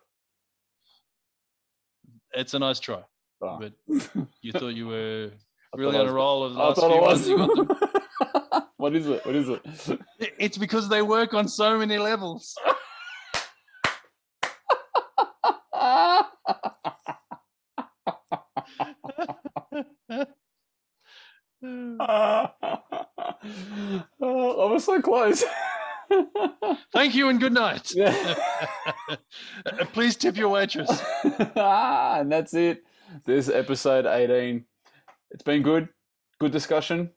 It's a nice try,
Ah.
but
I
you thought you were
thought
really
I
on a
was-
roll of the
I
last few
thought I was.
ones. you got them.
what is it? What is it?
It- It's because they work on so many levels.
Oh, I was so close.
Thank you and good night.
Yeah.
Please tip your waitress.
ah, and that's it. This is episode 18. It's been good. Good discussion.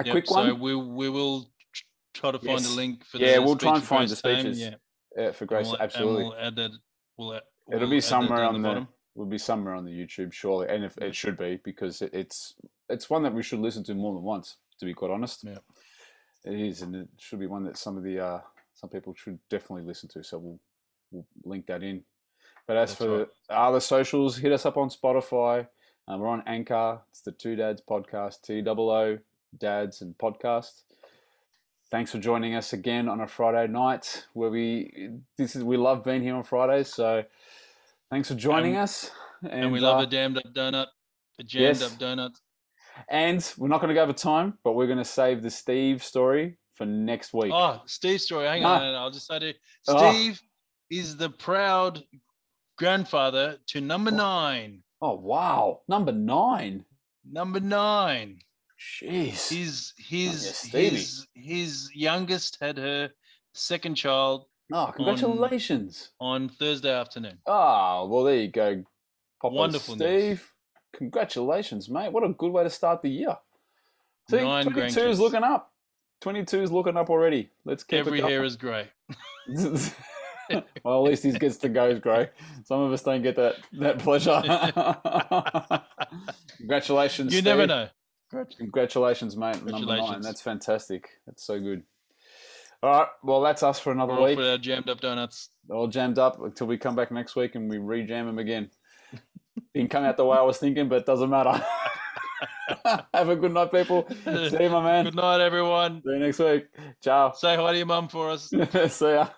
A
Yep,
quick
So
one
we we will tr- try to find
Yes.
a link for
Yeah,
the
we'll try
speech
and
of
find the
Grace Tame,
speeches.
Yeah, and
yeah, for Grace.
we'll- and
absolutely.
we'll add that. We'll, add-
It'll
we'll
be
add that
somewhere
down
on the-
bottom.
will be somewhere on the YouTube, surely. And if
Yeah.
it should be, because it, it's it's one that we should listen to more than once, to be quite honest.
Yeah.
It is, and it should be one that some of the uh, some people should definitely listen to. So we'll we'll link that in. But as
That's
for
right.
the other socials, hit us up on Spotify. Um, we're on Anchor. It's the Two Dads Podcast. T double O Dads and Podcast. Thanks for joining us again on a Friday night where we this is we love being here on Fridays. So thanks for joining
Um,
us.
And, we love
uh,
a damned up donut. A jammed
yes.
up donut.
And we're not going to go over time, but we're going to save the Steve story for next week.
Oh, Steve's story. Hang
Ah.
on, no, no, I'll just say to
Ah.
Steve is the proud grandfather to number nine.
Oh wow, number nine.
Number nine.
Jeez.
His
yes,
his
Stevie.
his his youngest had her second child
oh, congratulations.
on Thursday afternoon.
Ah, well, there you go. Papa
Wonderful news.
Steve. Congratulations, mate. What a good way to start the year. See,
Nine
22
Granges.
is looking up. 22 is looking up already. Let's keep
Every
it
hair is grey.
going. well, at least he gets to go, Gray. Some of us don't get that that pleasure. Congratulations,
You never
Steve.
know.
Congratulations, mate. Number nine.
Congratulations.
That's fantastic. That's so good. All right. Well, that's us for another
We're off
week.
with our jammed up donuts.
All jammed up until we come back next week and we re-jam them again. Didn't come out the way I was thinking, but it doesn't matter. Have a good night, people. See you, my man.
Good night, everyone.
See you next week. Ciao.
Say hi to your mum for us.
See ya.